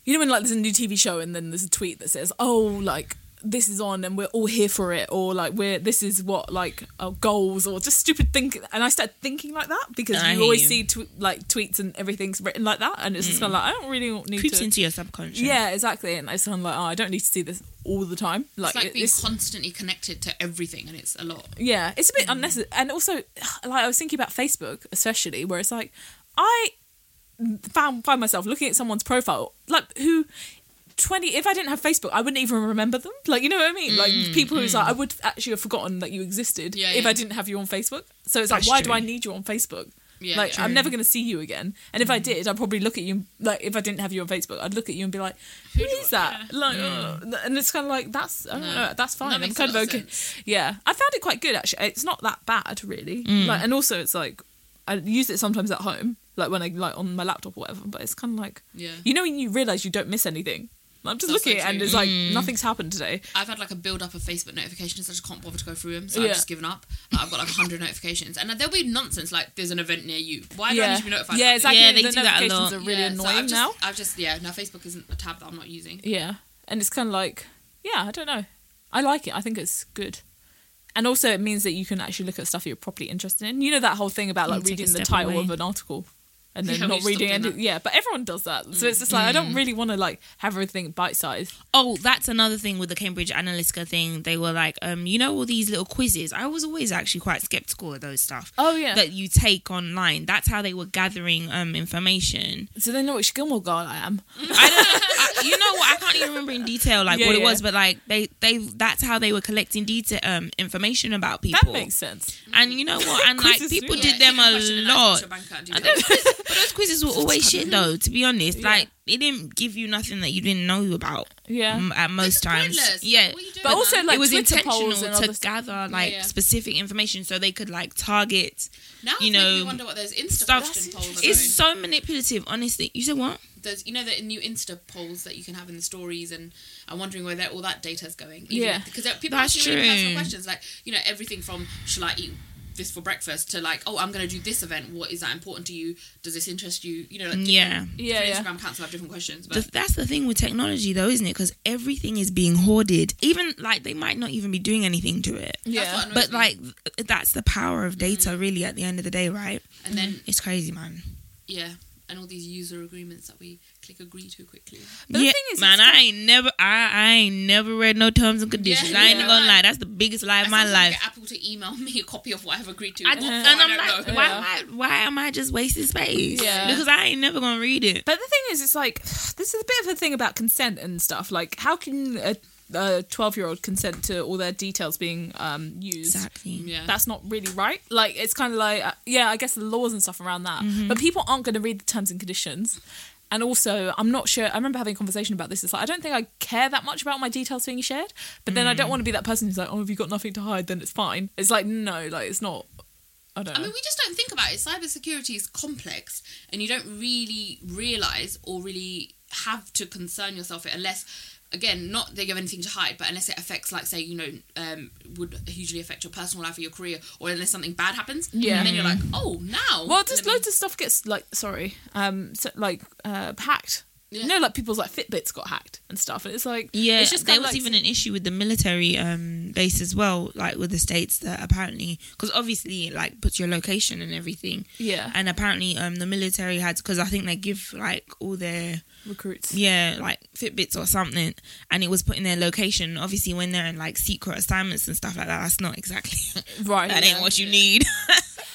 Speaker 1: you know when like there's a new TV show and then there's a tweet that says, "Oh, like this is on and we're all here for it," or like we're this is what like our goals or just stupid think. And I started thinking like that because
Speaker 2: I
Speaker 1: you
Speaker 2: hear
Speaker 1: always
Speaker 2: you.
Speaker 1: see tw- like tweets and everything's written like that, and it's just kind of like I don't really need
Speaker 2: Creeps
Speaker 1: to.
Speaker 2: into your subconscious.
Speaker 1: yeah, exactly. And I just kind of like, oh, I don't need to see this all the time. Like,
Speaker 3: it's like
Speaker 1: it-
Speaker 3: being
Speaker 1: it's-
Speaker 3: constantly connected to everything, and it's a lot.
Speaker 1: yeah, it's a bit
Speaker 3: Mm.
Speaker 1: unnecessary. And also, like I was thinking about Facebook, especially where it's like I found find myself looking at someone's profile, like who. 20 if i didn't have facebook i wouldn't even remember them like you know what i mean like people who's like i would actually have forgotten that you existed
Speaker 3: Mm, Yeah,
Speaker 1: if
Speaker 3: yeah.
Speaker 1: i didn't have you on facebook so it's like
Speaker 2: That's
Speaker 1: why do
Speaker 2: true.
Speaker 1: i need you on facebook
Speaker 3: Yeah,
Speaker 1: like
Speaker 3: true. Mm.
Speaker 1: i'm never going to see you again and if i did i'd probably look at you like if i didn't have you on facebook i'd look at you and be like who
Speaker 3: do
Speaker 1: is
Speaker 3: I- Mm.
Speaker 1: that like uh, and it's kind of like that's I don't know, that's fine
Speaker 3: That
Speaker 1: i'm
Speaker 3: makes a
Speaker 1: kind of
Speaker 3: lot of
Speaker 1: okay yeah i found it quite good actually it's not that bad really
Speaker 3: Mm.
Speaker 1: like and also it's like i use it sometimes at home like when i like on my laptop or whatever but it's kind of like
Speaker 3: Yeah.
Speaker 1: you know when you realize you don't miss anything i'm just
Speaker 3: That's
Speaker 1: looking
Speaker 3: so
Speaker 1: at it and
Speaker 3: true. Mm.
Speaker 1: it's like nothing's happened today
Speaker 3: I've had like a build up of Facebook notifications. I just can't bother to go through them, so
Speaker 1: Yeah.
Speaker 3: I've just given up. Like, I've got like hundred notifications, and there'll be nonsense like there's an event near you. Why do I
Speaker 1: yeah
Speaker 3: need to be notified?
Speaker 1: yeah
Speaker 3: about this?
Speaker 1: exactly
Speaker 2: Yeah, they
Speaker 1: the
Speaker 2: do that a
Speaker 1: notifications
Speaker 2: lot.
Speaker 1: are really
Speaker 3: Yeah, so
Speaker 1: annoying
Speaker 3: I've just,
Speaker 1: now
Speaker 3: I've just yeah. Now Facebook isn't a tab that I'm not using.
Speaker 1: Yeah. And it's kind of like, yeah, I don't know. I like it. I think it's good. And also, it means that you can actually look at stuff you're properly interested in. You know that whole thing about like
Speaker 2: Mm, take a
Speaker 1: reading the
Speaker 2: step
Speaker 1: title
Speaker 2: away.
Speaker 1: of an article and then
Speaker 3: Yeah, we
Speaker 1: not
Speaker 3: just
Speaker 1: reading
Speaker 3: stopped doing
Speaker 1: anything. Yeah, but everyone does that. So it's just like I don't really want to like have everything bite sized.
Speaker 2: Oh, that's another thing with the Cambridge Analytica thing. They were like, um, you know, all these little quizzes. I was always actually quite skeptical of those stuff.
Speaker 1: Oh, yeah.
Speaker 2: that you take online. That's how they were gathering um information.
Speaker 1: So they know which Gilmore girl I am.
Speaker 2: I don't, I, you know what? I can't even remember in detail like
Speaker 1: Yeah,
Speaker 2: what it
Speaker 1: yeah.
Speaker 2: was, but like they they that's how they were collecting detail um information about
Speaker 1: That
Speaker 2: people.
Speaker 1: makes sense.
Speaker 2: and you know what? And like
Speaker 1: Quizzes,
Speaker 2: people
Speaker 1: yeah.
Speaker 2: did them a lot.
Speaker 3: lot.
Speaker 2: But those quizzes were always shit though. To be honest, like it didn't give you nothing that you didn't know about.
Speaker 1: Yeah.
Speaker 2: m- at most times.
Speaker 3: pointless.
Speaker 2: Yeah,
Speaker 3: What are you doing,
Speaker 1: But also,
Speaker 3: man?
Speaker 1: like,
Speaker 2: it was
Speaker 1: Twitter
Speaker 2: intentional
Speaker 1: polls and all
Speaker 2: to
Speaker 1: this-
Speaker 2: gather like
Speaker 3: yeah.
Speaker 2: specific information so they could like target.
Speaker 3: now
Speaker 2: you
Speaker 3: it's making me
Speaker 2: know,
Speaker 3: wonder what those Insta
Speaker 2: stuff-
Speaker 3: question polls are
Speaker 2: It's so
Speaker 3: doing.
Speaker 2: manipulative. Honestly, you said what?
Speaker 3: Those, you know the new Insta polls that you can have in the stories, and I'm wondering where that all that data's going.
Speaker 1: Yeah.
Speaker 3: because there- people
Speaker 2: That's
Speaker 3: ask you really
Speaker 2: true.
Speaker 3: personal questions, like you know everything from shall I eat this for breakfast to like oh I'm going to do this event. What is that important to you? Does this interest you? You know, like, different-
Speaker 2: Mm, Yeah.
Speaker 1: Yeah,
Speaker 3: different
Speaker 1: yeah.
Speaker 3: Instagram accounts will have different questions, but
Speaker 2: The, that's the thing with technology, though, isn't it? Because everything is being hoarded. Even like they might not even be doing anything to it.
Speaker 3: that's what
Speaker 1: Yeah.
Speaker 3: annoys
Speaker 2: But
Speaker 3: me.
Speaker 2: like th- that's the power of data, really. At the end of the day, right?
Speaker 3: Mm. and then
Speaker 2: It's crazy, man.
Speaker 3: yeah, and all these user agreements that we click agree to quickly.
Speaker 1: But the
Speaker 2: yeah,
Speaker 1: thing is,
Speaker 2: man,
Speaker 1: it's-
Speaker 2: I ain't never, I, I ain't never read no terms and conditions. I ain't
Speaker 3: yeah.
Speaker 2: gonna lie, that's the biggest lie of
Speaker 3: I
Speaker 2: my
Speaker 3: sometimes
Speaker 2: life.
Speaker 3: get Apple to email me a copy of what I've agreed to.
Speaker 2: I
Speaker 3: What
Speaker 2: just,
Speaker 1: Uh-huh.
Speaker 3: for,
Speaker 2: and
Speaker 3: I
Speaker 2: I'm
Speaker 3: don't
Speaker 2: like,
Speaker 3: know.
Speaker 2: why am I? Why am I just wasting space?
Speaker 1: Yeah.
Speaker 2: because I ain't never gonna read it.
Speaker 1: But the thing is, it's like this is a bit of a thing about consent and stuff. Like, how can a a twelve-year-old consent to all their details being um, used?
Speaker 2: Exactly.
Speaker 3: Yeah.
Speaker 1: That's not really right. Like, it's kind of like, uh, yeah, I guess the laws and stuff around that.
Speaker 2: Mm-hmm.
Speaker 1: But people aren't going to read the terms and conditions. And also, I'm not sure. I remember having a conversation about this. It's like I don't think I care that much about my details being shared, but then I
Speaker 2: Mm.
Speaker 1: don't want to be that person who's like, "Oh, if you've got nothing to hide, then it's fine." It's like, no, like it's not. I don't.
Speaker 3: I
Speaker 1: know.
Speaker 3: mean, we just don't think about it. Cybersecurity is complex, and you don't really realize or really have to concern yourself with it unless, again, not that you have anything to hide, but unless it affects, like, say, you know, um, would hugely affect your personal life or your career, or unless something bad happens.
Speaker 1: Yeah.
Speaker 3: And then you're like, oh, now.
Speaker 1: Well, just
Speaker 3: let me-
Speaker 1: loads of stuff gets like sorry, um, so, like uh, hacked.
Speaker 3: Yeah.
Speaker 1: You know, like people's like Fitbits got hacked and stuff, and it's like
Speaker 2: Yeah,
Speaker 1: it's just
Speaker 2: there
Speaker 1: kind
Speaker 2: was
Speaker 1: of like,
Speaker 2: even an issue with the military um, base as well, like with the states that apparently, because obviously, it, like puts your location and everything,
Speaker 1: yeah
Speaker 2: and apparently, um, the military had because I think they give like all their
Speaker 1: recruits.
Speaker 2: yeah like Fitbits or something, and it was putting their location. Obviously, when they're in like secret assignments and stuff like that, that's not exactly
Speaker 1: Right,
Speaker 2: that
Speaker 1: yeah.
Speaker 2: ain't what you need.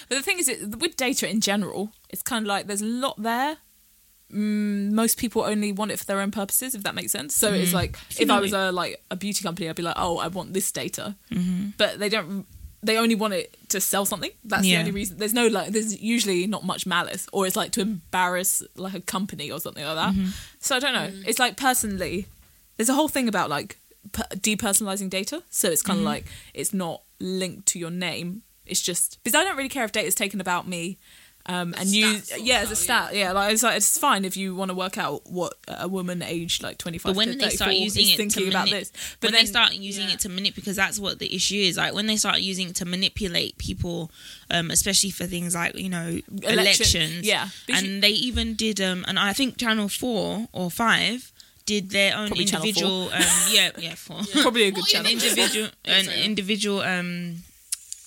Speaker 1: But the thing is, it, with data in general, it's kind of like there's a lot there. Mm, most people only want it for their own purposes, if that makes sense. So it's like if I was a like a beauty company, I'd be like, oh, I want this data, but they don't. They only want it to sell something. That's
Speaker 2: Yeah.
Speaker 1: the only reason. There's no like. There's usually not much malice, or it's like to embarrass like a company or something like that. So I don't know. It's like personally, there's a whole thing about like per- depersonalizing data. So it's
Speaker 2: Mm-hmm.
Speaker 1: kind of like it's not linked to your name. It's just because I don't really care if data is taken about me. Um, and you,
Speaker 3: stats or
Speaker 1: yeah, as a
Speaker 3: so, yeah.
Speaker 1: stat, yeah, like it's like it's fine if you want to work out what a woman aged like twenty five.
Speaker 2: But when
Speaker 1: to
Speaker 2: did they start
Speaker 1: 34
Speaker 2: using
Speaker 1: is
Speaker 2: it
Speaker 1: thinking
Speaker 2: to
Speaker 1: about
Speaker 2: manip-
Speaker 1: this? But
Speaker 2: when
Speaker 1: then
Speaker 2: they start using
Speaker 3: yeah.
Speaker 2: it to manipulate, because that's what the issue is. Like when they start using it to manipulate people, um, especially for things like you know elections.
Speaker 1: yeah, because
Speaker 2: and
Speaker 1: you-
Speaker 2: they even did, um, and I think Channel Four or Five did their own
Speaker 1: Probably Channel
Speaker 2: individual. Um, yeah, yeah, four.
Speaker 1: probably a good
Speaker 3: What is
Speaker 1: channel.
Speaker 3: it?
Speaker 2: individual an
Speaker 3: Sorry.
Speaker 2: individual um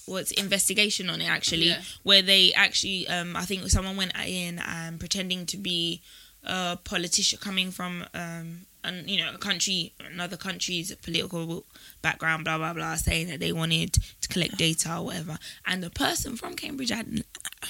Speaker 2: what's investigation on it actually
Speaker 3: Yeah.
Speaker 2: where they actually um i think someone went in and pretending to be a politician coming from um and you know a country another country's political background blah blah blah saying that they wanted to collect data or whatever and the person from cambridge had my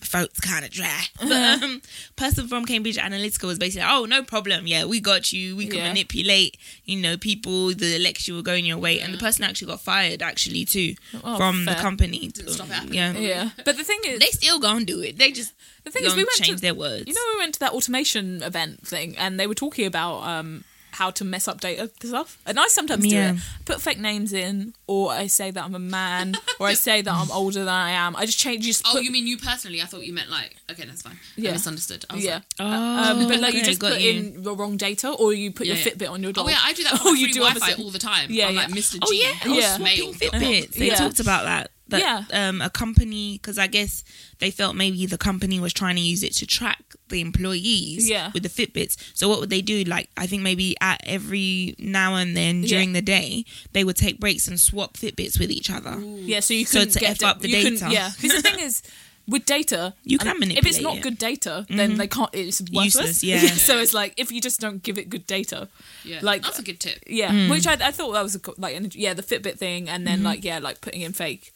Speaker 2: throat's kind of dry.
Speaker 1: Uh-huh.
Speaker 2: But, um, person from Cambridge Analytica was basically, like, oh, no problem. Yeah, we got you. We can
Speaker 1: Yeah.
Speaker 2: manipulate, you know, people. The election will go in your way. And the person actually got fired, actually, too,
Speaker 1: Oh,
Speaker 2: from the
Speaker 1: fair.
Speaker 2: company.
Speaker 3: stop it happening.
Speaker 2: yeah.
Speaker 1: yeah, but the thing is,
Speaker 2: They still gonna do it. They just
Speaker 1: the thing is,
Speaker 2: gonna
Speaker 1: we went
Speaker 2: change
Speaker 1: to
Speaker 2: their words.
Speaker 1: You know, we went to that automation event thing, and they were talking about um, how to mess up data stuff. And I sometimes
Speaker 2: Yeah.
Speaker 1: do it. Put fake names in, or I say that I'm a man, or I say that I'm older than I am. I just change. Just
Speaker 3: Oh,
Speaker 1: put,
Speaker 3: you mean you personally? I thought you meant like okay, that's fine.
Speaker 1: Yeah.
Speaker 3: I misunderstood. I was
Speaker 1: yeah.
Speaker 3: like,
Speaker 1: um, but like you
Speaker 2: okay,
Speaker 1: just
Speaker 2: got
Speaker 1: put
Speaker 2: you.
Speaker 1: in the wrong data, or you put
Speaker 3: Yeah,
Speaker 1: your
Speaker 3: yeah.
Speaker 1: Fitbit on your dog.
Speaker 3: oh yeah, I do that. For
Speaker 1: Oh,
Speaker 3: oh,
Speaker 1: you
Speaker 3: you
Speaker 1: do
Speaker 3: Wi-Fi
Speaker 1: obviously-
Speaker 3: all the time.
Speaker 1: Yeah,
Speaker 3: I'm
Speaker 1: yeah.
Speaker 3: like Mr. G.
Speaker 2: Oh yeah, I was
Speaker 1: Yeah.
Speaker 2: swapping
Speaker 3: Male.
Speaker 2: Fitbits. They
Speaker 1: Yeah.
Speaker 2: talked about that. That
Speaker 1: Yeah.
Speaker 2: um, a company, because I guess they felt maybe the company was trying to use it to track the employees
Speaker 1: Yeah.
Speaker 2: with the Fitbits. So what would they do? Like I think maybe at every now and then during the day, they would take breaks and swap Fitbits with each other.
Speaker 1: Yeah, so you
Speaker 2: So
Speaker 1: couldn't
Speaker 2: to
Speaker 1: get
Speaker 2: F up the
Speaker 1: you couldn't-
Speaker 2: data.
Speaker 1: Yeah, because the thing is, with data,
Speaker 2: You can
Speaker 1: and If it's
Speaker 2: manipulate
Speaker 1: not
Speaker 2: it. Mm-hmm.
Speaker 1: good data, then they can't. It's worthless.
Speaker 2: Useless, yeah.
Speaker 1: so it's like if you just don't give it good data,
Speaker 3: Yeah,
Speaker 1: Like-
Speaker 3: that's a good tip.
Speaker 1: yeah. Which I, I thought that was a, co- like an- yeah the Fitbit thing, and
Speaker 3: Mm-hmm.
Speaker 1: then like yeah like putting in fake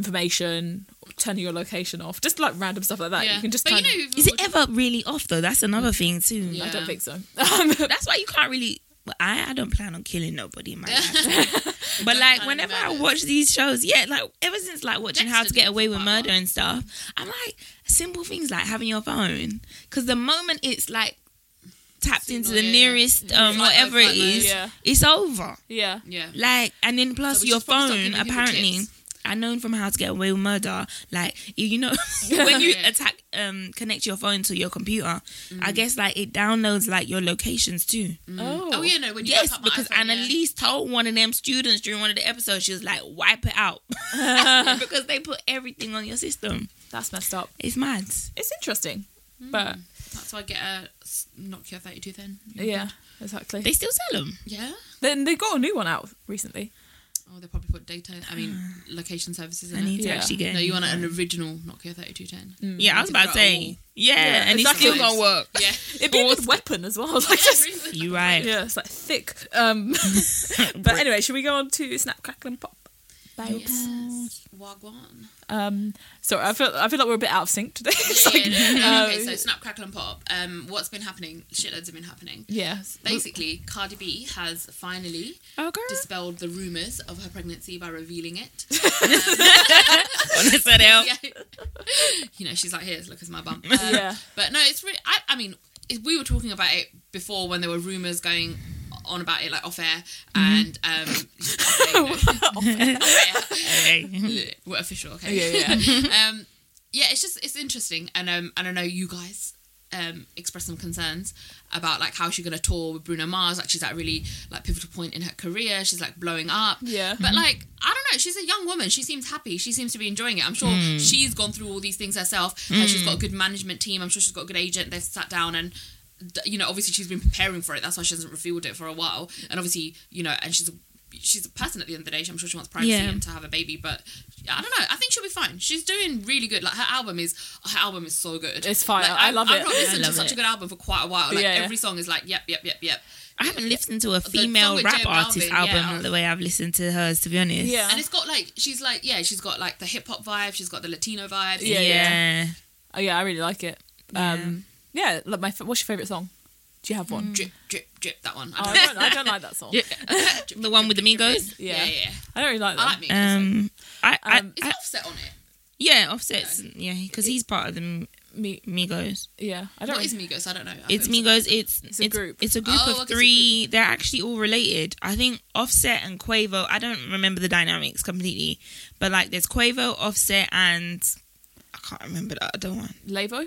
Speaker 1: information, turning your location off, just like random stuff like that.
Speaker 3: Yeah,
Speaker 1: You can just.
Speaker 3: But you
Speaker 1: kind of-
Speaker 3: know,
Speaker 2: Is it ever really off though? That's another thing too.
Speaker 3: Yeah.
Speaker 1: I don't think so.
Speaker 2: That's why you can't really. well, I, I don't plan on killing nobody in my life. but like
Speaker 3: plan
Speaker 2: whenever
Speaker 3: any
Speaker 2: I
Speaker 3: murders.
Speaker 2: watch these shows, yeah, like ever since like watching How to
Speaker 3: Dexter
Speaker 2: Get
Speaker 3: did
Speaker 2: Away with
Speaker 3: quite well.
Speaker 2: Murder and stuff, I'm like simple things like having your phone. Because the moment it's like tapped
Speaker 3: Signal,
Speaker 2: into the
Speaker 3: yeah, yeah.
Speaker 2: nearest um
Speaker 3: Flight mode,
Speaker 2: whatever it
Speaker 3: flight mode.
Speaker 2: is,
Speaker 1: Yeah.
Speaker 2: it's over.
Speaker 1: yeah.
Speaker 3: Yeah,
Speaker 2: Like, and then plus
Speaker 3: So we
Speaker 2: your
Speaker 3: should probably stop
Speaker 2: phone,
Speaker 3: giving people
Speaker 2: apparently.
Speaker 3: tips.
Speaker 2: I know from How to Get Away with Murder, like you you know when you
Speaker 3: Yeah.
Speaker 2: attack um connect your phone to your computer,
Speaker 3: Mm-hmm.
Speaker 2: I guess like it downloads like your locations too.
Speaker 1: Oh.
Speaker 3: Oh yeah, no. When you
Speaker 2: Yes,
Speaker 3: look up my
Speaker 2: because
Speaker 3: iPhone, yeah.
Speaker 2: Annalise told one of them students during one of the episodes, she was like, wipe it out. because they put everything on your system.
Speaker 1: That's messed up.
Speaker 2: It's mad.
Speaker 1: It's interesting,
Speaker 3: Mm.
Speaker 1: but
Speaker 3: That's why I get a s- Nokia 3210.
Speaker 1: yeah, exactly.
Speaker 2: They still sell them.
Speaker 3: Yeah.
Speaker 1: then they got a new one out recently.
Speaker 3: Oh, they probably put data. I mean, location services. In
Speaker 2: I
Speaker 3: it.
Speaker 2: need to
Speaker 1: Yeah.
Speaker 2: actually get Mm.
Speaker 3: No, you
Speaker 2: a
Speaker 3: want
Speaker 2: new
Speaker 3: an
Speaker 2: one.
Speaker 3: original Nokia 3210.
Speaker 2: Yeah, I was
Speaker 3: You
Speaker 2: about
Speaker 3: can
Speaker 2: to
Speaker 3: throw it
Speaker 2: say.
Speaker 3: all.
Speaker 2: Yeah, and it's
Speaker 1: exactly.
Speaker 2: still gonna work.
Speaker 3: Yeah.
Speaker 1: It'd be a good weapon as well. Like just,
Speaker 2: You right.
Speaker 1: yeah, it's like thick. Um, but anyway, should we go on to Snap Crackle and Pop? Babes.
Speaker 3: Yes. Wagwan.
Speaker 1: Um, sorry, I feel I feel like we're a bit out of sync today. It's
Speaker 3: Yeah,
Speaker 1: like,
Speaker 3: yeah, no. okay,
Speaker 1: um,
Speaker 3: so Snap, Crackle, and Pop. Um, what's been happening? Shitloads have been happening.
Speaker 1: yes.
Speaker 3: Basically, Cardi B has finally
Speaker 1: Oh, girl.
Speaker 3: dispelled the rumors of her pregnancy by revealing it.
Speaker 2: Honestly, though.
Speaker 3: yeah. you know, she's like, "Here's look, it's my bump." Um,
Speaker 1: Yeah.
Speaker 3: But no, it's really. I, I mean, it, we were talking about it before when there were rumors going on about it, like off air,
Speaker 1: Mm-hmm.
Speaker 3: and um, off air, no, off air.
Speaker 2: Hey.
Speaker 3: we're official, okay?
Speaker 1: Yeah,
Speaker 3: um, yeah, it's just it's interesting, and um, and I know you guys um expressed some concerns about like how she's gonna tour with Bruno Mars. Like she's at a really like pivotal point in her career. She's like blowing up.
Speaker 1: Yeah.
Speaker 3: But like I don't know, she's a young woman. She seems happy. She seems to be enjoying it. I'm sure
Speaker 1: Mm.
Speaker 3: she's gone through all these things herself. and she's got a good management team. I'm sure she's got a good agent. They've sat down and. d- You know, obviously she's been preparing for it. That's why she hasn't revealed it for a while. And obviously, you know, and she's a, she's a person at the end of the day. I'm sure she wants privacy
Speaker 2: Yeah.
Speaker 3: and to have a baby, but I don't know. I think she'll be fine. She's doing really good. Like her album is her album is so good.
Speaker 1: It's fire.
Speaker 3: Like,
Speaker 1: I love
Speaker 3: I've
Speaker 1: it.
Speaker 3: not
Speaker 1: Yeah, I
Speaker 3: listened to
Speaker 2: love
Speaker 3: such
Speaker 2: it.
Speaker 3: a good album for quite a while. Like
Speaker 1: Yeah.
Speaker 3: every song is like yep, yep, yep, yep.
Speaker 2: I haven't listened to a
Speaker 3: song
Speaker 2: female
Speaker 3: with
Speaker 2: rap
Speaker 3: J Balvin,
Speaker 2: artist
Speaker 3: yeah.
Speaker 2: album the way I've listened to hers, to be honest.
Speaker 1: Yeah.
Speaker 3: And it's got like she's like yeah, she's got like the hip hop vibe. She's got the Latino vibe.
Speaker 1: Yeah,
Speaker 2: Yeah.
Speaker 1: yeah. Oh, yeah, I really like it. Um, yeah. Like my, f- what's your favorite song? Do you have one?
Speaker 3: Drip, drip, drip. That one.
Speaker 1: Oh,
Speaker 3: Mm. I
Speaker 1: I, don't, I don't like that song.
Speaker 2: Yeah. the one with the Migos.
Speaker 3: yeah. yeah,
Speaker 1: Yeah.
Speaker 3: yeah,
Speaker 1: I don't really like that.
Speaker 3: I like me.
Speaker 2: Um, I, I,
Speaker 1: Um,
Speaker 3: it's
Speaker 2: I,
Speaker 3: offset on it.
Speaker 2: yeah, Offset's, yeah, because he's part of the M-
Speaker 1: me.
Speaker 2: Migos.
Speaker 1: Yeah, I don't.
Speaker 3: What
Speaker 1: Really,
Speaker 3: is Migos? I don't know. I
Speaker 2: It's
Speaker 3: thought it was-
Speaker 2: Migos. It's
Speaker 1: It's a group.
Speaker 2: It's a group
Speaker 3: Oh, okay,
Speaker 2: of
Speaker 3: it's a
Speaker 2: three. They're actually all related. I think Offset and Quavo. I don't remember the dynamics completely, but like there's Quavo, Offset, and I can't remember the other one.
Speaker 1: Lavo?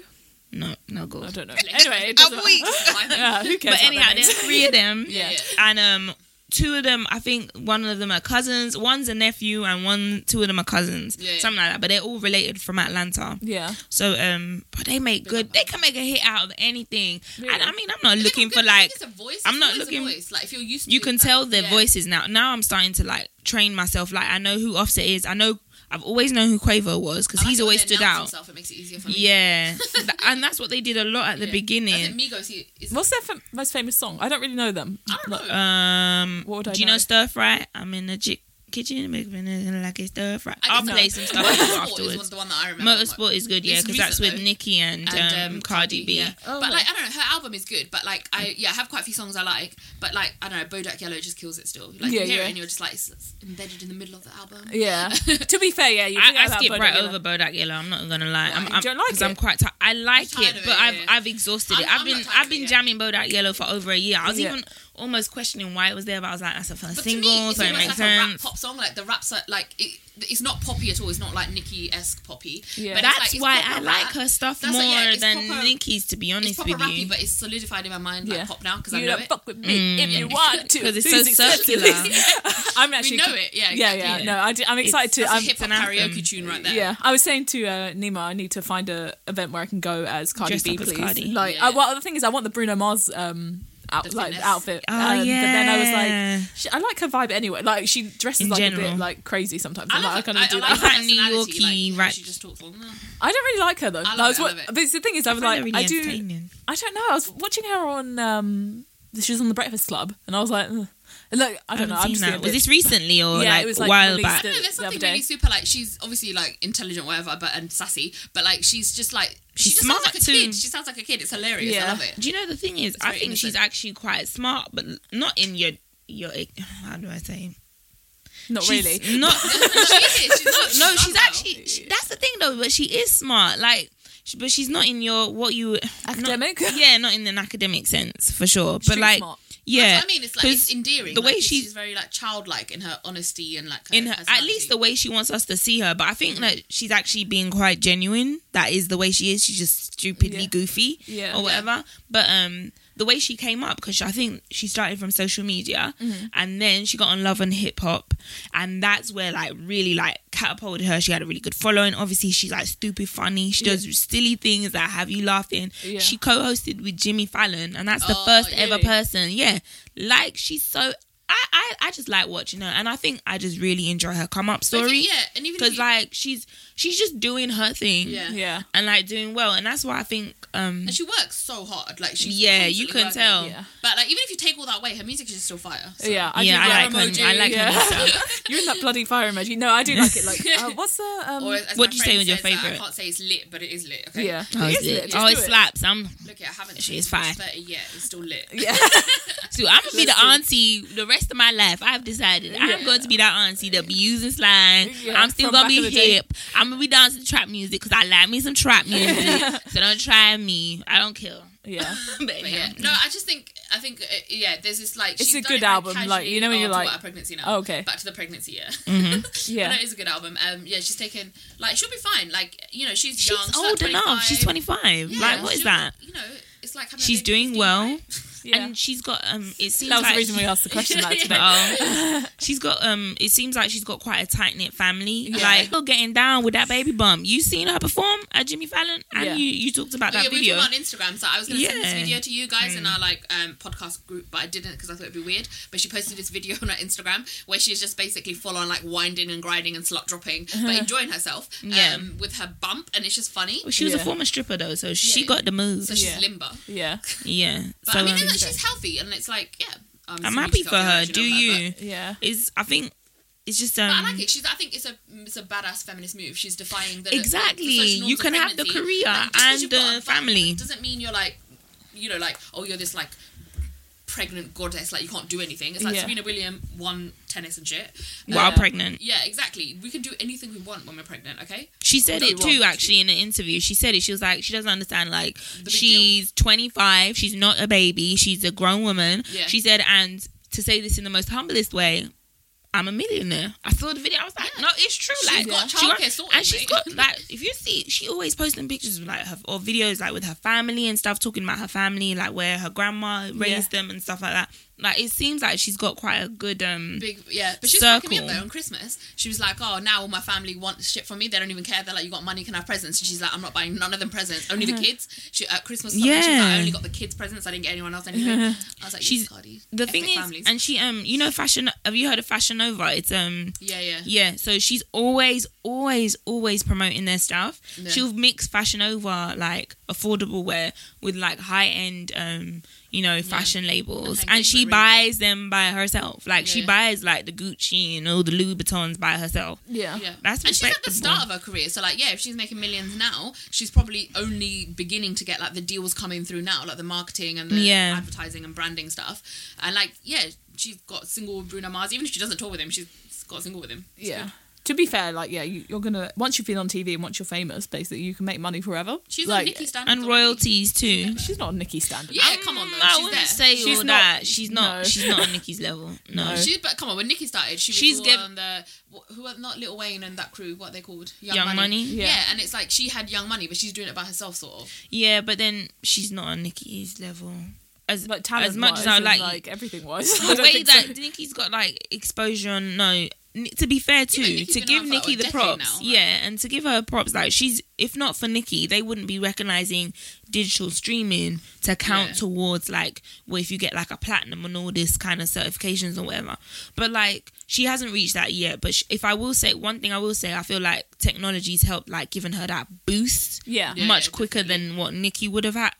Speaker 2: No, no
Speaker 1: I
Speaker 2: good.
Speaker 1: don't know. Anyway, it doesn't
Speaker 3: I'm weak.
Speaker 1: Yeah, who cares?
Speaker 2: But
Speaker 1: about
Speaker 2: anyhow,
Speaker 1: their
Speaker 2: there's
Speaker 1: names?
Speaker 2: three of them.
Speaker 1: Yeah.
Speaker 3: yeah.
Speaker 2: and um two of them i think one of them are cousins one's a nephew and one two of them are cousins
Speaker 3: Yeah.
Speaker 2: something like that but they're all related from atlanta
Speaker 1: yeah.
Speaker 2: so um but they make good they can make a hit out of anything
Speaker 1: Really?
Speaker 2: and i mean i'm not
Speaker 3: They've got
Speaker 2: looking
Speaker 3: good-
Speaker 2: for
Speaker 3: I
Speaker 2: like
Speaker 3: think it's a voice.
Speaker 2: I'm
Speaker 3: It's
Speaker 2: not
Speaker 3: always a
Speaker 2: looking-
Speaker 3: voice. Like if you're used to
Speaker 2: you
Speaker 3: it,
Speaker 2: can
Speaker 3: that-
Speaker 2: tell their
Speaker 3: yeah.
Speaker 2: voices now now i'm starting to like train myself like i know who offset is i know i've always known who quavo was because
Speaker 3: Oh, I like
Speaker 2: he's
Speaker 3: it when
Speaker 2: always
Speaker 3: they
Speaker 2: stood
Speaker 3: announce
Speaker 2: out
Speaker 3: themselves, it makes it easier for me.
Speaker 2: yeah Th- and that's what they did a lot at the
Speaker 3: Yeah. I
Speaker 2: beginning
Speaker 3: think Migos he- is.
Speaker 1: What's their f- most famous song? I don't really know them.
Speaker 3: I don't know.
Speaker 2: um
Speaker 1: What would I
Speaker 2: do you
Speaker 1: know?
Speaker 2: know stir fry i'm in the chi- kitchen making it like it's stir fry
Speaker 3: I
Speaker 2: i'll
Speaker 3: guess
Speaker 2: play
Speaker 3: Motorsport
Speaker 2: some stuff
Speaker 3: is one-
Speaker 2: afterwards
Speaker 3: the one that I remember.
Speaker 2: motorsport is good yeah
Speaker 3: It's
Speaker 2: because that's
Speaker 3: recent,
Speaker 2: with
Speaker 3: though.
Speaker 2: nicki and, um, cardi b
Speaker 3: yeah.
Speaker 1: Oh,
Speaker 3: but
Speaker 1: no.
Speaker 3: like I don't know, her album is good, but like I yeah, I have quite a few songs I like, but like I don't know, Bodak Yellow just kills it still. Like
Speaker 1: Yeah,
Speaker 3: you hear
Speaker 1: yeah.
Speaker 3: it and you're just like it's, it's embedded in the middle of the album.
Speaker 1: Yeah. to be fair, yeah, you think
Speaker 2: I, I
Speaker 1: about
Speaker 2: skip
Speaker 1: Bodak
Speaker 2: right
Speaker 1: Yellow.
Speaker 2: over Bodak Yellow. I'm not gonna lie. I'm,
Speaker 1: Why?
Speaker 2: I'm,
Speaker 1: Don't like
Speaker 2: 'cause
Speaker 1: it?
Speaker 2: I'm quite. T- I like
Speaker 3: tired
Speaker 2: it,
Speaker 3: of
Speaker 2: but
Speaker 3: it,
Speaker 2: I've
Speaker 3: yeah.
Speaker 2: I've exhausted it.
Speaker 3: I'm-
Speaker 2: I've
Speaker 3: I'm
Speaker 2: been
Speaker 3: not tired
Speaker 2: I've
Speaker 3: of
Speaker 2: been
Speaker 3: it, yeah.
Speaker 2: jamming Bodak Yellow for over a year. I was
Speaker 1: Yeah.
Speaker 2: even almost questioning why it was there, but I was like, that's a fun
Speaker 3: But
Speaker 2: single,
Speaker 3: to me, it's
Speaker 2: so it
Speaker 3: almost
Speaker 2: makes
Speaker 3: like a rap
Speaker 2: sense.
Speaker 3: pop song. Like the raps are like it, it's not poppy at all. It's not like Nicki esque poppy.
Speaker 1: Yeah.
Speaker 3: But it's,
Speaker 2: That's
Speaker 3: like, it's
Speaker 2: why
Speaker 3: proper
Speaker 2: I
Speaker 3: rap.
Speaker 2: like her stuff
Speaker 3: That's
Speaker 2: more
Speaker 3: like, yeah, it's
Speaker 2: than
Speaker 3: proper-
Speaker 2: Nicki's, to be
Speaker 3: It's
Speaker 2: honest
Speaker 3: proper
Speaker 2: with
Speaker 3: rappy,
Speaker 2: you.
Speaker 3: but it's solidified in my mind like
Speaker 1: Yeah.
Speaker 3: pop now because I
Speaker 1: You
Speaker 3: know
Speaker 1: don't
Speaker 3: it. Mm,
Speaker 1: fuck with me if you want to.
Speaker 2: 'Cause it's
Speaker 1: Who's
Speaker 2: so
Speaker 1: accepting
Speaker 2: circular.
Speaker 1: this? I'm actually.
Speaker 3: know it, yeah,
Speaker 1: Yeah, yeah.
Speaker 3: exactly.
Speaker 1: No, I am excited to.
Speaker 3: That's
Speaker 1: I'm,
Speaker 3: a hip hop
Speaker 2: an anthem.
Speaker 3: karaoke tune right there.
Speaker 1: yeah, I was saying to uh, Nima, I need to find a event where I can go as Cardi
Speaker 2: Dressed
Speaker 1: B,
Speaker 2: up as
Speaker 1: please.
Speaker 2: Cardi.
Speaker 1: Like, uh,
Speaker 3: Yeah.
Speaker 1: I, well, the thing is, I want the Bruno Mars um, out,
Speaker 3: The
Speaker 1: like
Speaker 3: fitness.
Speaker 1: outfit.
Speaker 2: Oh,
Speaker 1: um, But then I
Speaker 2: yeah.
Speaker 1: was like, she, I like her vibe anyway. Like she dresses
Speaker 2: In
Speaker 1: like a
Speaker 2: general.
Speaker 1: bit like crazy sometimes.
Speaker 3: I
Speaker 1: I'm like, I
Speaker 3: like,
Speaker 1: kind
Speaker 3: I,
Speaker 1: of do
Speaker 3: I
Speaker 1: that.
Speaker 3: like her
Speaker 2: That New
Speaker 3: personality,
Speaker 2: Yorkie,
Speaker 3: like,
Speaker 2: right.
Speaker 3: She just talks all.
Speaker 1: I don't really like her though.
Speaker 3: I love
Speaker 1: That was
Speaker 3: it, I
Speaker 1: what-
Speaker 3: love it.
Speaker 1: But it's the thing is, I was like,
Speaker 2: find it
Speaker 1: I
Speaker 2: really
Speaker 1: do.
Speaker 2: entertaining.
Speaker 1: I don't know. I was watching her on. um She was on the Breakfast Club, and I was like, Ugh. And, like I
Speaker 2: I
Speaker 1: don't
Speaker 2: haven't
Speaker 1: know. I'm
Speaker 2: seen
Speaker 1: just
Speaker 2: that.
Speaker 1: being a
Speaker 2: Was
Speaker 1: bit-
Speaker 2: this recently or
Speaker 1: Yeah,
Speaker 2: like
Speaker 1: it was,
Speaker 2: a
Speaker 1: like,
Speaker 2: while
Speaker 1: released
Speaker 2: back?
Speaker 1: it.
Speaker 3: No, there's
Speaker 1: the other
Speaker 3: something
Speaker 1: day.
Speaker 3: really super. Like she's obviously like intelligent, whatever, but and sassy. But like she's just like she
Speaker 2: She's
Speaker 3: just sounds
Speaker 2: smart
Speaker 3: like a
Speaker 2: too.
Speaker 3: kid. She sounds like a kid. It's hilarious. I
Speaker 1: Yeah.
Speaker 3: love it.
Speaker 2: Do you know the thing is? I
Speaker 3: very
Speaker 2: think she's
Speaker 3: innocent.
Speaker 2: actually quite smart, but not in your your. How do I say?
Speaker 1: Not
Speaker 2: She's
Speaker 1: really.
Speaker 2: Not
Speaker 3: she is. She's not,
Speaker 2: no,
Speaker 3: not
Speaker 2: she's
Speaker 3: now.
Speaker 2: actually. She, that's the thing, though. But she is smart. Like, sh but she's not in your what you not-
Speaker 1: Academic?
Speaker 2: yeah, not in an academic sense for sure. But
Speaker 1: Street
Speaker 2: like,
Speaker 1: smart.
Speaker 2: yeah,
Speaker 3: That's what I mean, it's like
Speaker 2: 'cause
Speaker 3: it's endearing.
Speaker 2: the way
Speaker 3: like,
Speaker 2: she-
Speaker 3: she's very like childlike in her honesty and like her
Speaker 2: in her, at
Speaker 3: personality.
Speaker 2: least the way she wants us to see her. But I think that she's actually being quite genuine. That is the way she is. She's just stupidly
Speaker 1: Yeah.
Speaker 2: goofy,
Speaker 1: Yeah.
Speaker 2: or whatever. But um. The way she came up, because I think she started from social media,
Speaker 1: Mm-hmm.
Speaker 2: and then she got on Love and Hip Hop, and that's where like really like catapulted her. She had a really good following. Obviously, she's like stupid funny. She does silly things that have you laughing.
Speaker 1: Yeah.
Speaker 2: She co-hosted with Jimmy Fallon, and that's the
Speaker 3: Oh,
Speaker 2: first ever
Speaker 1: really?
Speaker 2: person. Yeah, like she's so. I, I, I just like watching her, and I think I just really enjoy her come up
Speaker 3: But if you-
Speaker 2: story
Speaker 3: yeah, and even if
Speaker 2: because
Speaker 3: you-
Speaker 2: like she's she's just doing her thing,
Speaker 3: Yeah.
Speaker 1: Yeah.
Speaker 2: and like doing well, and that's why I think um
Speaker 3: and she works so hard. Like she's
Speaker 2: yeah you
Speaker 3: constantly
Speaker 2: can
Speaker 3: working.
Speaker 2: tell
Speaker 1: Yeah.
Speaker 3: But like even if you take all that away, her music is still fire. So.
Speaker 1: Yeah, I
Speaker 2: Yeah,
Speaker 1: do
Speaker 2: I
Speaker 1: like,
Speaker 2: like
Speaker 1: emoji.
Speaker 2: her- I like her
Speaker 1: yeah.
Speaker 2: stuff.
Speaker 1: You're in that bloody fire emoji. No, I do like it. Like, uh, what's the um,
Speaker 3: Or as
Speaker 2: What
Speaker 3: my
Speaker 2: do you say
Speaker 3: friend
Speaker 2: was your
Speaker 3: says, like,
Speaker 2: favourite?
Speaker 3: I can't say it's lit, but it is lit. Okay.
Speaker 1: yeah?
Speaker 2: oh,
Speaker 1: It
Speaker 2: it's
Speaker 1: is lit.
Speaker 2: lit.
Speaker 1: Just
Speaker 2: oh
Speaker 1: do
Speaker 2: it slaps I'm
Speaker 3: Look, at, I haven't.
Speaker 2: She is
Speaker 3: watched
Speaker 2: fire.
Speaker 3: Thirty yet, it's still lit.
Speaker 1: Yeah,
Speaker 2: so I'm gonna
Speaker 1: Let's
Speaker 2: be the
Speaker 1: do it.
Speaker 2: auntie the rest of my life I've decided I'm
Speaker 1: Yeah.
Speaker 2: going to be that auntie that'll be using slang
Speaker 1: Yeah,
Speaker 2: I'm still
Speaker 1: from
Speaker 2: gonna
Speaker 1: back
Speaker 2: be
Speaker 1: in the day.
Speaker 2: hip I'm gonna be dancing to trap music because I like me some trap music so don't try me I don't kill
Speaker 1: yeah.
Speaker 2: but
Speaker 3: But
Speaker 2: yeah.
Speaker 3: yeah, no, I just think I think uh, yeah, there's this like
Speaker 1: It's
Speaker 3: she's
Speaker 1: a
Speaker 3: done
Speaker 1: good
Speaker 3: it very
Speaker 1: album, like,
Speaker 3: casually.
Speaker 1: you know when
Speaker 3: Oh,
Speaker 1: you're
Speaker 3: I'll talk
Speaker 1: like-
Speaker 3: about her pregnancy now.
Speaker 1: Oh, okay.
Speaker 3: back to the pregnancy, yeah,
Speaker 2: Mm-hmm.
Speaker 1: Yeah.
Speaker 3: But no, it is a good album. Um, yeah, she's taken like she'll be fine. Like you know, she's,
Speaker 2: she's
Speaker 3: young, she's like,
Speaker 2: old enough she's
Speaker 3: 25.
Speaker 2: 25
Speaker 3: Yeah,
Speaker 2: like what is
Speaker 3: she'll-
Speaker 2: that
Speaker 3: You know, it's like having a
Speaker 2: she's
Speaker 3: baby
Speaker 2: doing
Speaker 3: at 15,
Speaker 2: well
Speaker 3: right?
Speaker 1: yeah.
Speaker 2: and she's got um it seems
Speaker 1: that was
Speaker 2: like
Speaker 1: the reason we asked the question like today.
Speaker 2: Oh. she's got um it seems like she's got quite a tight knit family.
Speaker 1: Yeah.
Speaker 2: Like still getting down with that baby bump. You seen her perform at Jimmy Fallon and
Speaker 1: Yeah.
Speaker 2: you you talked about
Speaker 3: But
Speaker 2: that
Speaker 3: Oh, yeah, we
Speaker 2: video.
Speaker 3: were talking on Instagram, so I was gonna send this
Speaker 2: Yeah.
Speaker 3: video to you guys in our like um, podcast group, but I didn't because I thought it'd be weird. But she posted this video on her Instagram where she's just basically full on like winding and grinding and slut dropping, but enjoying herself
Speaker 2: Yeah. Oh,
Speaker 3: um, with her bump, and it's just funny.
Speaker 2: Well, she was a
Speaker 1: Yeah.
Speaker 2: former stripper though, so she
Speaker 3: Yeah.
Speaker 2: got the moves.
Speaker 3: So she's
Speaker 1: Yeah.
Speaker 3: limber.
Speaker 1: yeah,
Speaker 2: yeah.
Speaker 3: But
Speaker 2: so
Speaker 3: I mean,
Speaker 2: um,
Speaker 3: in that she's healthy, and it's like, yeah, I'm,
Speaker 2: I'm
Speaker 3: assuming
Speaker 2: happy
Speaker 3: she's
Speaker 2: for
Speaker 3: healthy,
Speaker 2: her.
Speaker 3: I should
Speaker 2: Do
Speaker 3: know that,
Speaker 2: you?
Speaker 1: yeah.
Speaker 2: Is I think it's just um
Speaker 3: But, but I like it. She's. I think it's a it's a badass feminist move. She's defying the
Speaker 2: Exactly.
Speaker 3: the social norms
Speaker 2: You
Speaker 3: of
Speaker 2: can have the
Speaker 3: pregnancy.
Speaker 2: career
Speaker 3: Like, just 'cause
Speaker 2: and
Speaker 3: you've got
Speaker 2: the
Speaker 3: a bump
Speaker 2: family.
Speaker 3: doesn't mean you're like, you know, like oh you're this like pregnant goddess like you can't do anything. It's like
Speaker 1: Yeah.
Speaker 3: Serena Williams won tennis and shit. Um,
Speaker 2: while
Speaker 1: Yeah.
Speaker 2: pregnant.
Speaker 3: Yeah, exactly. We can do anything we want when we're pregnant. Okay.
Speaker 2: She said
Speaker 3: What
Speaker 2: it
Speaker 3: do you
Speaker 2: too,
Speaker 3: want?
Speaker 2: actually, in an interview. She said it. She was like, she doesn't understand. Like,
Speaker 3: big
Speaker 2: she's 25. She's not a baby. She's a grown woman.
Speaker 3: Yeah.
Speaker 2: She said, and to say this in the most humblest way, I'm a millionaire. I saw the video. I was like, no, it's true. like,
Speaker 3: She's got
Speaker 2: she
Speaker 3: childcare sorted,
Speaker 2: and she's
Speaker 3: mate.
Speaker 2: got like, if you see, she always posting pictures of, like her or videos like with her family and stuff, talking about her family, like where her grandma raised them and stuff like that. Like, it seems like she's got quite a good um.
Speaker 3: Big yeah, but she was fucking me up
Speaker 2: Circle.
Speaker 3: though on Christmas. She was like, "Oh, now all my family want shit from me. They don't even care. They're like, you got money, can I have presents?" And she's like, "I'm not buying none of them presents. Only the kids." She at Christmas, yeah. she was like,
Speaker 2: Uh-huh. Yeah. Uh-huh.
Speaker 3: "I only got the kids presents. I didn't get anyone else anything." I was like,
Speaker 2: She's-
Speaker 3: "She's Cardi."
Speaker 2: The
Speaker 3: Epic
Speaker 2: thing is,
Speaker 3: families.
Speaker 2: and she um, you know, fashion. Have you heard of Fashion Nova? It's um,
Speaker 3: yeah, yeah,
Speaker 2: Yeah, so she's always, always, always promoting their stuff.
Speaker 3: Yeah.
Speaker 2: She'll mix fashion over like affordable wear with like high end, um, you know, fashion labels,
Speaker 3: And
Speaker 2: and,
Speaker 3: her
Speaker 2: she
Speaker 3: engagement ring.
Speaker 2: buys them by herself. Like she
Speaker 3: Yeah.
Speaker 2: buys like the Gucci and all the Louis Vuittons by herself.
Speaker 1: yeah,
Speaker 3: yeah.
Speaker 2: That's
Speaker 3: and she's at the
Speaker 2: respectable.
Speaker 3: start of her career, so like, yeah, if she's making millions now, she's probably only beginning to get like the deals coming through now, like the marketing and the
Speaker 2: Yeah.
Speaker 3: advertising and branding stuff, and like, yeah, she's got single with Bruno Mars. Even if she doesn't tour with him, she's got single with him. It's
Speaker 1: yeah.
Speaker 3: good.
Speaker 1: To be fair, like yeah, you, you're gonna once you've been on TV and once you're famous, basically you can make money forever.
Speaker 3: she's
Speaker 1: like
Speaker 3: on Nicki standards
Speaker 2: And
Speaker 3: already.
Speaker 2: royalties too.
Speaker 1: she's not a Nicki standard.
Speaker 3: Yeah, come on,
Speaker 2: Mm,
Speaker 3: though.
Speaker 2: I
Speaker 3: she's
Speaker 2: wouldn't
Speaker 3: there.
Speaker 2: say
Speaker 1: She's
Speaker 2: all
Speaker 1: not-
Speaker 2: that. She's not.
Speaker 1: no.
Speaker 2: She's not on Nikki's level. No.
Speaker 3: She, but come on, when Nikki started, she was
Speaker 2: She's
Speaker 3: all
Speaker 2: giv-
Speaker 3: on the wh- who are not Little Wayne and that crew. What are they called?
Speaker 2: Young Money?
Speaker 3: Yeah.
Speaker 1: Yeah.
Speaker 3: and it's like she had Young Money, but she's doing it by herself, sort of.
Speaker 2: yeah, but then she's not on Nikki's level. As
Speaker 1: Like talent
Speaker 2: as much as I like,
Speaker 1: like everything wise.
Speaker 2: the way that Nikki's got like exposure on no Ni- to be fair too
Speaker 3: Nikki's
Speaker 2: to
Speaker 3: been
Speaker 2: give
Speaker 3: around for,
Speaker 2: Nikki
Speaker 3: what, a
Speaker 2: the
Speaker 3: decade
Speaker 2: props
Speaker 3: now, right?
Speaker 2: yeah and to give her props like she's if not for Nikki, they wouldn't be recognizing digital streaming to count
Speaker 3: Yeah.
Speaker 2: towards like, well, if you get like a platinum and all this kind of certifications or whatever. But like, she hasn't reached that yet. But sh- if I will say one thing, I will say I feel like technology's helped like giving her that boost
Speaker 1: Yeah.
Speaker 3: Yeah. Oh,
Speaker 2: much quicker than what Nikki would have had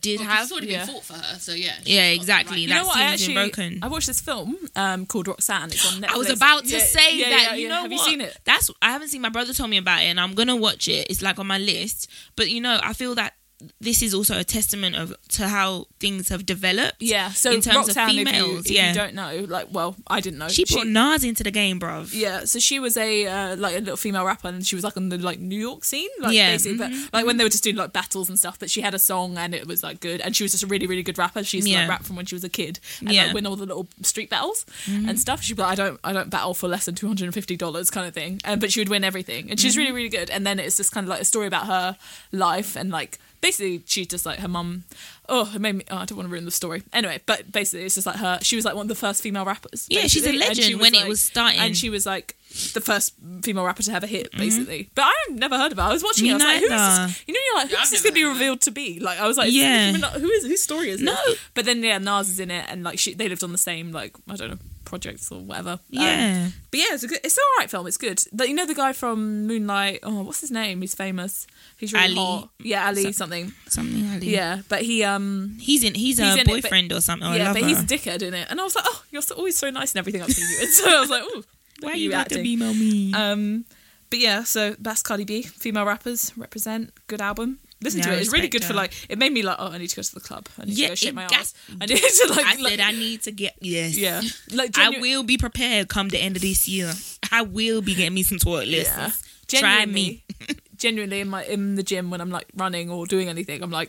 Speaker 2: did
Speaker 3: Well, 'cause
Speaker 2: have.
Speaker 3: it's already
Speaker 1: yeah.
Speaker 3: been fought for her, so yeah. she's
Speaker 2: Yeah,
Speaker 3: got the
Speaker 2: exactly.
Speaker 1: You
Speaker 2: That
Speaker 1: know what? I
Speaker 2: scene's
Speaker 1: actually
Speaker 2: been broken.
Speaker 1: I watched this film um, called Roxanne. It's on Netflix.
Speaker 2: I was about to
Speaker 1: Yeah,
Speaker 2: say
Speaker 1: yeah,
Speaker 2: that.
Speaker 1: yeah,
Speaker 2: you
Speaker 1: yeah.
Speaker 2: know
Speaker 1: have
Speaker 2: what?
Speaker 1: you seen it?
Speaker 2: That's I haven't seen. My brother told me about it, and I'm gonna watch it. It's like on my list. But you know, I feel that this is also a testament of to how things have developed.
Speaker 1: Yeah. So
Speaker 2: in terms
Speaker 1: Roxanne, if
Speaker 2: of
Speaker 1: you-
Speaker 2: females,
Speaker 1: if you,
Speaker 2: yeah.
Speaker 1: don't know, like, well, I didn't know.
Speaker 2: she brought Nas into the game, bruv.
Speaker 1: Yeah, so she was a uh, like a little female rapper, and she was like on the like New York scene, like
Speaker 2: Yeah. Mm-hmm.
Speaker 1: basically. But like when they were just doing like battles and stuff, but she had a song and it was like good, and she was just a really really good rapper. She used to
Speaker 2: Yeah.
Speaker 1: like rap from when she was a kid and
Speaker 2: Yeah. Mm-hmm.
Speaker 1: like win all the little street battles and stuff. She'd be like, I don't I don't battle for less than two hundred and fifty dollars kind of thing, um, but she would win everything, and she
Speaker 2: Mm-hmm.
Speaker 1: was really really good. And then it's just kind of like a story about her life and like. Basically, she just like her mum. Oh, it made me. Oh, I don't want to ruin the story. Anyway, but basically, it's just like her. She was like one of the first female rappers.
Speaker 2: Yeah, she's a
Speaker 1: basically, and she
Speaker 2: legend when it was starting.
Speaker 1: And she was like the first female rapper to have a hit, basically. But I never heard about. It. I was watching. it.
Speaker 2: Me
Speaker 1: I was like,
Speaker 2: Mm-hmm. neither.
Speaker 1: who's this? You know, you're like,
Speaker 3: Yeah,
Speaker 1: who's
Speaker 3: I've
Speaker 1: this
Speaker 3: never
Speaker 1: going to be
Speaker 3: heard of it.
Speaker 1: revealed to be? Like, I was like,
Speaker 2: Yeah.
Speaker 1: yeah, who is whose story is
Speaker 2: No.
Speaker 1: this? But then yeah, Nas is in it, and like she, they lived on the same like I don't know projects or whatever. Um,
Speaker 2: Yeah.
Speaker 1: but yeah, it's a good, it's an alright film. It's good. Like, you know the guy from Moonlight. Oh, what's his name? He's famous. He's really
Speaker 2: Ali.
Speaker 1: hot. Yeah, Ali something.
Speaker 2: Something. I do.
Speaker 1: Yeah, but he um
Speaker 2: He's in.
Speaker 1: He's
Speaker 2: He's, a
Speaker 1: in it, but-
Speaker 2: boyfriend or something. or
Speaker 1: yeah,
Speaker 2: lover.
Speaker 1: but he's a dickhead in it. And I was like, oh, you're so, always so nice and everything I've seen you. And so I was like, oh,
Speaker 2: Why you like to
Speaker 1: acting?
Speaker 2: email me?
Speaker 1: Um, but yeah, so that's Cardi B. Female rappers represent. Good album. Listen
Speaker 2: Yeah,
Speaker 1: to
Speaker 2: I
Speaker 1: it. It's really
Speaker 2: respect
Speaker 1: good for
Speaker 2: her.
Speaker 1: like. It made me like, oh, I need to go to the club. I need
Speaker 2: Yeah,
Speaker 1: to go shake
Speaker 2: it
Speaker 1: my
Speaker 2: gas-
Speaker 1: ass. I need to like.
Speaker 2: I
Speaker 1: like-
Speaker 2: said I need to get yes.
Speaker 1: yeah, like
Speaker 2: I
Speaker 1: genu-
Speaker 2: will be prepared come the end of this year. I will be getting me some toilet
Speaker 1: Yeah.
Speaker 2: lessons. Try
Speaker 1: Genuinely,
Speaker 2: me.
Speaker 1: genuinely, in my in the gym when I'm like running or doing anything, I'm like,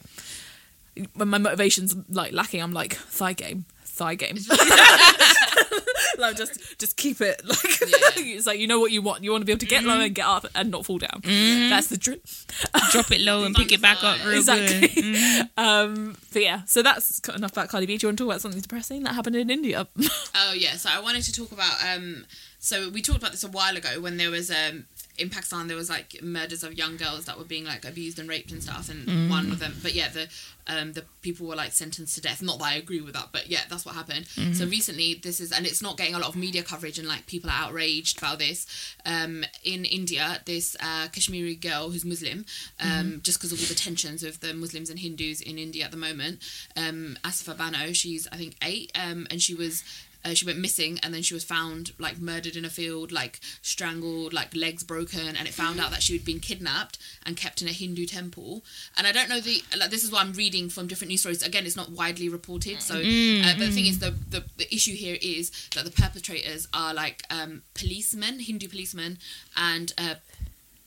Speaker 1: when my motivation's like lacking, I'm like thigh game, thigh game. like just just keep it. Like
Speaker 3: Yeah.
Speaker 1: it's like you know what you want. You want to be able to
Speaker 2: Mm-hmm.
Speaker 1: get low and get up and not fall down. That's the drip.
Speaker 2: Drop it low and pick it back up real
Speaker 1: Exactly.
Speaker 2: good.
Speaker 3: Mm-hmm.
Speaker 1: Um, but yeah, so that's got enough about Cardi B. Do you want to talk about something depressing that happened in India?
Speaker 3: Oh yeah, so I wanted to talk about um so we talked about this a while ago when there was um in Pakistan there was like murders of young girls that were being like abused and raped and stuff and one of them but yeah the um the people were like sentenced to death. Not that I agree with that, but yeah, that's what happened. So recently this is and it's not getting a lot of media coverage and like people are outraged about this. Um in India, this uh Kashmiri girl who's Muslim, um just because of all the tensions with the Muslims and Hindus in India at the moment, um Asifa Bano, she's I think 8 um and she was uh, she went missing and then she was found like murdered in a field like strangled like legs broken and it found out that she had been kidnapped and kept in a hindu temple and i don't know the like this is what i'm reading from different news stories again it's not widely reported so
Speaker 2: Mm.
Speaker 3: uh, but the thing is the, the the issue here is that the perpetrators are like um policemen hindu policemen and uh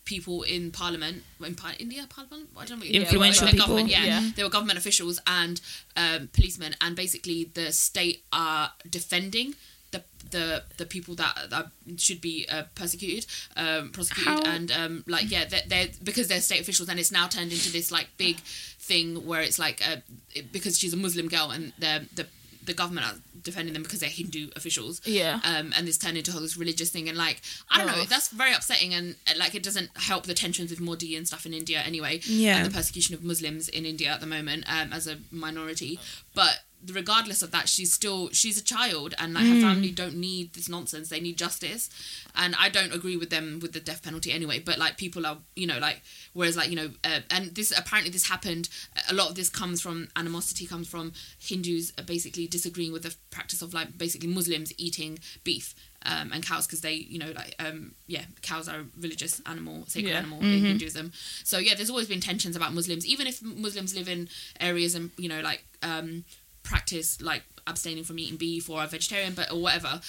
Speaker 3: people in parliament in Par- india parliament i don't know what you-
Speaker 2: Influential
Speaker 3: Yeah,
Speaker 2: people.
Speaker 3: government, yeah
Speaker 1: Yeah.
Speaker 3: they were government officials and um, policemen, and basically the state are defending the the, the people that, that should be uh, persecuted, um, prosecuted,
Speaker 2: How-
Speaker 3: and um, like yeah, they're, they're because they're state officials, and it's now turned into this like big thing where it's like uh, it- because she's a Muslim girl, and the the the government are defending them because they're Hindu officials.
Speaker 1: Yeah.
Speaker 3: Um, and this turned into all this religious thing, and like I don't know,
Speaker 1: Ugh.
Speaker 3: that's very upsetting, and uh, like it doesn't help the tensions with Modi and stuff in India anyway.
Speaker 2: Yeah.
Speaker 3: And the persecution of Muslims in India at the moment um, as a minority. But regardless of that, she's still she's a child, and like her family don't need this nonsense. They need justice, and I don't agree with them with the death penalty anyway. But like people are, you know, like whereas like you know, uh, and this apparently this happened. A lot of this comes from animosity comes from Hindus uh, basically disagreeing with the practice of like basically Muslims eating beef. Um, and cows because they you know like um yeah cows are a religious animal sacred
Speaker 1: Yeah.
Speaker 3: animal in Hinduism. So yeah, there's always been tensions about Muslims, even if Muslims live in areas and you know like um, practice like abstaining from eating beef or are vegetarian, but or whatever.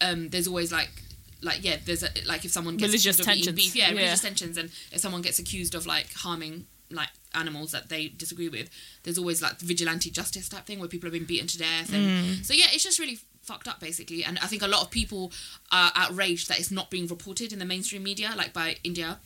Speaker 3: Um, there's always like like yeah, there's a, like if someone gets
Speaker 1: Religious
Speaker 3: accused of eating
Speaker 1: tensions.
Speaker 3: beef, yeah,
Speaker 1: Yeah.
Speaker 3: religious tensions, and if someone gets accused of like harming like animals that they disagree with, there's always like the vigilante justice type thing where people have been beaten to death, and so yeah, it's just really fucked up basically and i think a lot of people are outraged that it's not being reported in the mainstream media like by india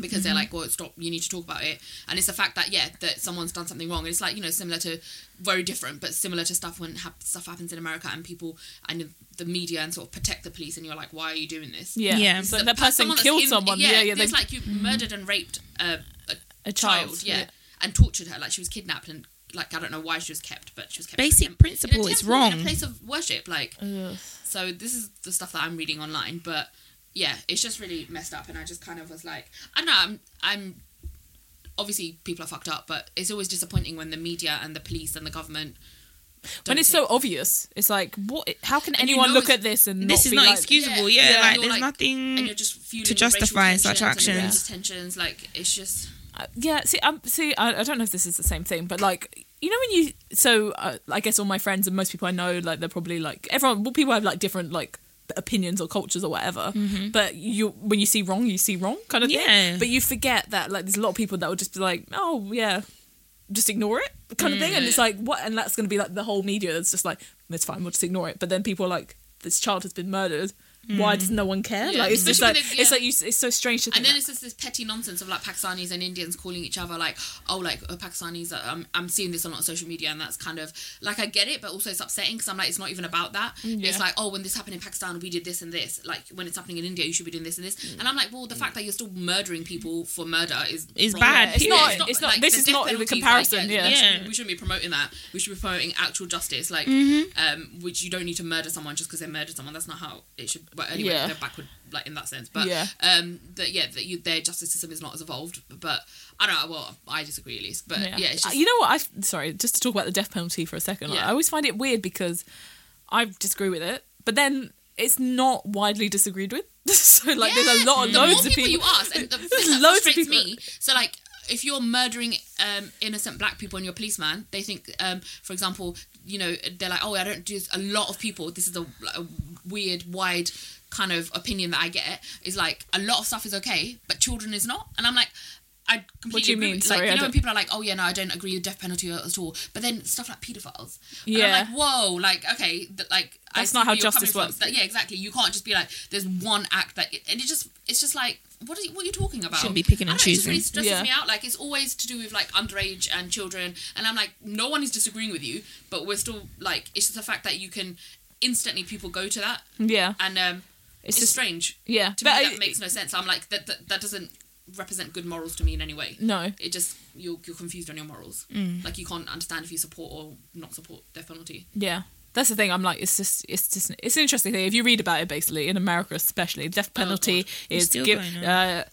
Speaker 3: because they're like, well, stop, you need to talk about it. And it's the fact that, yeah, that someone's done something wrong. And it's like, you know, similar to, very different, but similar to stuff when hap- stuff happens in America and people and the media and sort of protect the police. And you're like, why are you doing this?
Speaker 1: Yeah.
Speaker 2: Yeah.
Speaker 1: So
Speaker 3: The
Speaker 1: that
Speaker 3: per-
Speaker 1: person
Speaker 3: someone that's
Speaker 1: killed
Speaker 3: in-
Speaker 1: someone. Yeah, yeah. they,
Speaker 3: It's like you murdered and raped a, a,
Speaker 1: a
Speaker 3: child,
Speaker 1: child.
Speaker 3: yeah, and tortured her. Like she was kidnapped and like I don't know why she was kept, but she was kept. in a
Speaker 2: Basic
Speaker 3: temp- in a
Speaker 2: principle is
Speaker 3: temple In
Speaker 2: wrong.
Speaker 3: a place of worship, like
Speaker 1: Ugh.
Speaker 3: so. This is the stuff that I'm reading online, but yeah, it's just really messed up. And I just kind of was like, I don't know. I'm, I'm obviously people are fucked up, but it's always disappointing when the media and the police and the government. don't
Speaker 1: When it's
Speaker 3: take-
Speaker 1: so obvious, it's like what? How can
Speaker 3: you
Speaker 1: anyone
Speaker 3: know
Speaker 1: look
Speaker 3: it's-
Speaker 1: at this and not
Speaker 2: this is
Speaker 1: be
Speaker 2: not
Speaker 1: like,
Speaker 2: excusable. Yeah,
Speaker 3: and
Speaker 2: like
Speaker 3: you're,
Speaker 2: there's nothing.
Speaker 3: and you're just fueling
Speaker 2: to
Speaker 3: the racial
Speaker 2: justify such
Speaker 3: tensions and the
Speaker 2: actions.
Speaker 3: religious tensions. Like it's just
Speaker 1: Uh, yeah see um, see I, I don't know if this is the same thing but like you know when you so uh, i guess all my friends and most people i know like they're probably like everyone well, people have like different like opinions or cultures or whatever
Speaker 3: Mm-hmm.
Speaker 1: but you when you see wrong you see wrong kind of
Speaker 2: Yeah.
Speaker 1: thing but you forget that like there's a lot of people that will just be like oh yeah just ignore it kind of thing and it's
Speaker 3: Mm.
Speaker 1: like what and that's going to be like the whole media that's just like it's fine we'll just ignore it but then people are like this child has been murdered why does no one care
Speaker 3: Mm. Yeah,
Speaker 1: like it's just like
Speaker 3: especially when they-
Speaker 1: it's
Speaker 3: yeah.
Speaker 1: like you, it's so strange to think
Speaker 3: And then
Speaker 1: that-
Speaker 3: it's just this petty nonsense of like Pakistanis and Indians calling each other like, oh, like oh, Pakistanis. uh, Um, I'm seeing this a lot on social media, and that's kind of like I get it, but also it's upsetting because I'm like, it's not even about that.
Speaker 1: Mm,
Speaker 3: It's like, oh, when this happened in Pakistan, we did this and this. Like when it's happening in India, you should be doing this and this.
Speaker 1: Mm.
Speaker 3: And I'm like, well, the fact that you're still murdering people for murder is
Speaker 2: It's
Speaker 3: wrong.
Speaker 2: bad,
Speaker 1: it's not-
Speaker 2: It's
Speaker 1: not- like, this
Speaker 3: the
Speaker 1: is
Speaker 3: death
Speaker 1: not the
Speaker 3: penalty is,
Speaker 1: comparison,
Speaker 3: like,
Speaker 1: yeah.
Speaker 3: We,
Speaker 2: Yeah.
Speaker 3: Shouldn't, we shouldn't be promoting that. We should be promoting actual justice, like
Speaker 1: Mm-hmm.
Speaker 3: um, which you don't need to murder someone just because they murdered someone. That's not how it should. But anyway,
Speaker 1: Yeah.
Speaker 3: they're backward, like in that sense. But
Speaker 1: Yeah.
Speaker 3: um, that yeah, that you, their justice system is not as evolved. But I don't know. Well, I disagree at least. But yeah, it's
Speaker 1: Uh,
Speaker 3: just,
Speaker 1: you know what? I sorry, just to talk about the death penalty for a second. like,
Speaker 3: Yeah.
Speaker 1: I always find it weird because I disagree with it, but then it's not widely disagreed with. so like, there's a lot of
Speaker 3: the
Speaker 1: loads
Speaker 3: more
Speaker 1: of people.
Speaker 3: you ask, and the thing that
Speaker 1: Loads of
Speaker 3: frustrates
Speaker 1: people-
Speaker 3: me. So like. If you're murdering um, innocent black people and you're a policeman, they think, um, for example, you know, they're like, oh, I don't do this. A lot of people, this is a, like, a weird, wide kind of opinion that I get, is like, a lot of stuff is okay, but children is not. And I'm like, I completely
Speaker 1: What do you
Speaker 3: agree
Speaker 1: mean?
Speaker 3: with-
Speaker 1: Sorry, I
Speaker 3: like, you know,
Speaker 1: don't-
Speaker 3: when people are like, oh, yeah, no, I don't agree with death penalty at all. But then stuff like paedophiles. And I'm
Speaker 1: Yeah.
Speaker 3: like, whoa, like, okay, th- like, I
Speaker 1: That's
Speaker 3: see
Speaker 1: not how
Speaker 3: where you're
Speaker 1: justice
Speaker 3: coming from.
Speaker 1: works.
Speaker 3: That- yeah, exactly. You can't just be like, there's one act that, and it just, it's just like, what are you, what are you talking about?
Speaker 2: Shouldn't be picking
Speaker 3: I
Speaker 2: and
Speaker 3: don't know, It just really
Speaker 2: choosing.
Speaker 3: stresses
Speaker 1: Yeah.
Speaker 3: me out. Like, it's always to do with like underage and children, and I'm like, no one is disagreeing with you, but we're still like, it's just the fact that you can instantly people go to that,
Speaker 1: yeah,
Speaker 3: and um,
Speaker 1: It's
Speaker 3: it's,
Speaker 1: just-
Speaker 3: strange.
Speaker 1: yeah.
Speaker 3: To
Speaker 1: But
Speaker 3: me,
Speaker 1: I-
Speaker 3: that makes no sense. I'm like, that, that that doesn't represent good morals to me in any way.
Speaker 1: no. Mm.
Speaker 3: It just you're you're confused on your morals. Like you can't understand if you support or not support death penalty.
Speaker 1: Yeah. That's the thing. I'm like, it's just, it's just, it's an interesting thing. If you read about it, basically in America, especially, death
Speaker 3: Oh,
Speaker 1: penalty is
Speaker 2: still
Speaker 1: give
Speaker 2: going on.
Speaker 1: uh,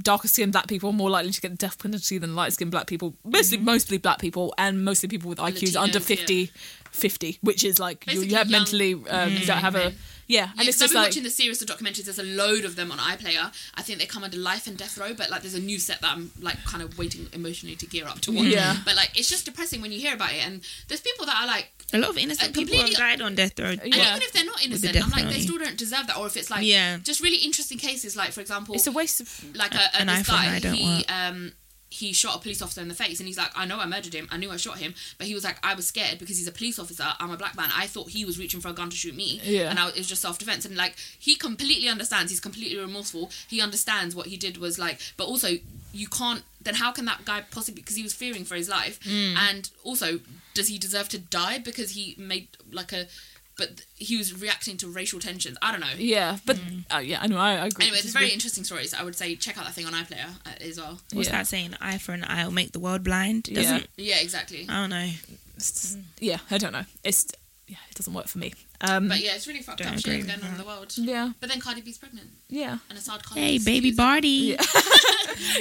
Speaker 1: darker skinned black people are more likely to get the death penalty than light skinned black people. Mostly,
Speaker 3: Mm-hmm.
Speaker 1: mostly black people, and mostly people with IQs under
Speaker 3: Latinos,
Speaker 1: 50, 50, which is like you, you
Speaker 3: Basically
Speaker 1: have
Speaker 3: young
Speaker 1: mentally um, don't have a
Speaker 3: men.
Speaker 1: yeah,
Speaker 3: Yeah,
Speaker 1: and it's
Speaker 3: 'cause
Speaker 1: just
Speaker 3: I've been
Speaker 1: like
Speaker 3: watching the series of documentaries. There's a load of them on iPlayer. I think they come under life and death row, but like there's a new set that I'm like kind of waiting emotionally to gear up to watch.
Speaker 1: Yeah.
Speaker 3: But like it's just depressing when you hear about it, and there's people that are like,
Speaker 2: a lot of innocent
Speaker 3: Uh,
Speaker 2: people have
Speaker 3: completely-
Speaker 2: died on death row.
Speaker 3: and
Speaker 1: Yeah.
Speaker 3: even if they're not innocent,
Speaker 2: death
Speaker 3: I'm like they
Speaker 2: penalty.
Speaker 3: still don't deserve that. Or if it's like
Speaker 2: Yeah.
Speaker 3: just really interesting cases, like for example,
Speaker 1: it's a waste of
Speaker 3: like a, a
Speaker 2: An
Speaker 3: this
Speaker 2: iPhone
Speaker 3: guy
Speaker 2: I don't
Speaker 3: he
Speaker 2: want.
Speaker 3: um he shot a police officer in the face and he's like i know i murdered him i knew i shot him but he was like i was scared because he's a police officer i'm a black man i thought he was reaching for a gun to shoot me
Speaker 1: Yeah.
Speaker 3: and I, it was just self-defense and like he completely understands he's completely remorseful he understands what he did was like but also you can't then how can that guy possibly because he was fearing for his life
Speaker 2: Mm.
Speaker 3: and also does he deserve to die because he made like a but he was reacting to racial tensions i don't know
Speaker 1: yeah, but uh, yeah, I know I, I agree.
Speaker 3: Mm.
Speaker 1: It's
Speaker 3: anyway it's
Speaker 1: just
Speaker 3: very
Speaker 1: weird.
Speaker 3: interesting stories i would say check out that thing on iplayer uh, as well
Speaker 2: What's
Speaker 1: Yeah.
Speaker 2: that saying? Eye for an eye will make the world blind.
Speaker 1: Yeah.
Speaker 2: Doesn't
Speaker 3: Yeah, exactly.
Speaker 1: Um,
Speaker 2: I don't know.
Speaker 1: It's just- yeah, I don't know. It's yeah, it doesn't work for me. Um,
Speaker 3: But yeah, it's really fucked
Speaker 2: Don't
Speaker 3: up
Speaker 2: agree
Speaker 3: shit
Speaker 2: with
Speaker 3: going on in
Speaker 2: that.
Speaker 3: the world.
Speaker 1: yeah,
Speaker 3: But then Cardi B's pregnant,
Speaker 1: yeah,
Speaker 3: and Assad can't.
Speaker 2: Hey,
Speaker 3: use-
Speaker 2: baby
Speaker 3: use-
Speaker 2: Barty.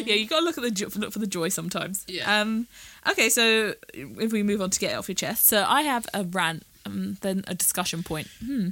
Speaker 1: yeah. You gotta look at the jo- look for the joy sometimes.
Speaker 3: Yeah.
Speaker 1: Um. Okay, so if we move on to get it off your chest, so I have a rant. Um, then a discussion point. Hmm.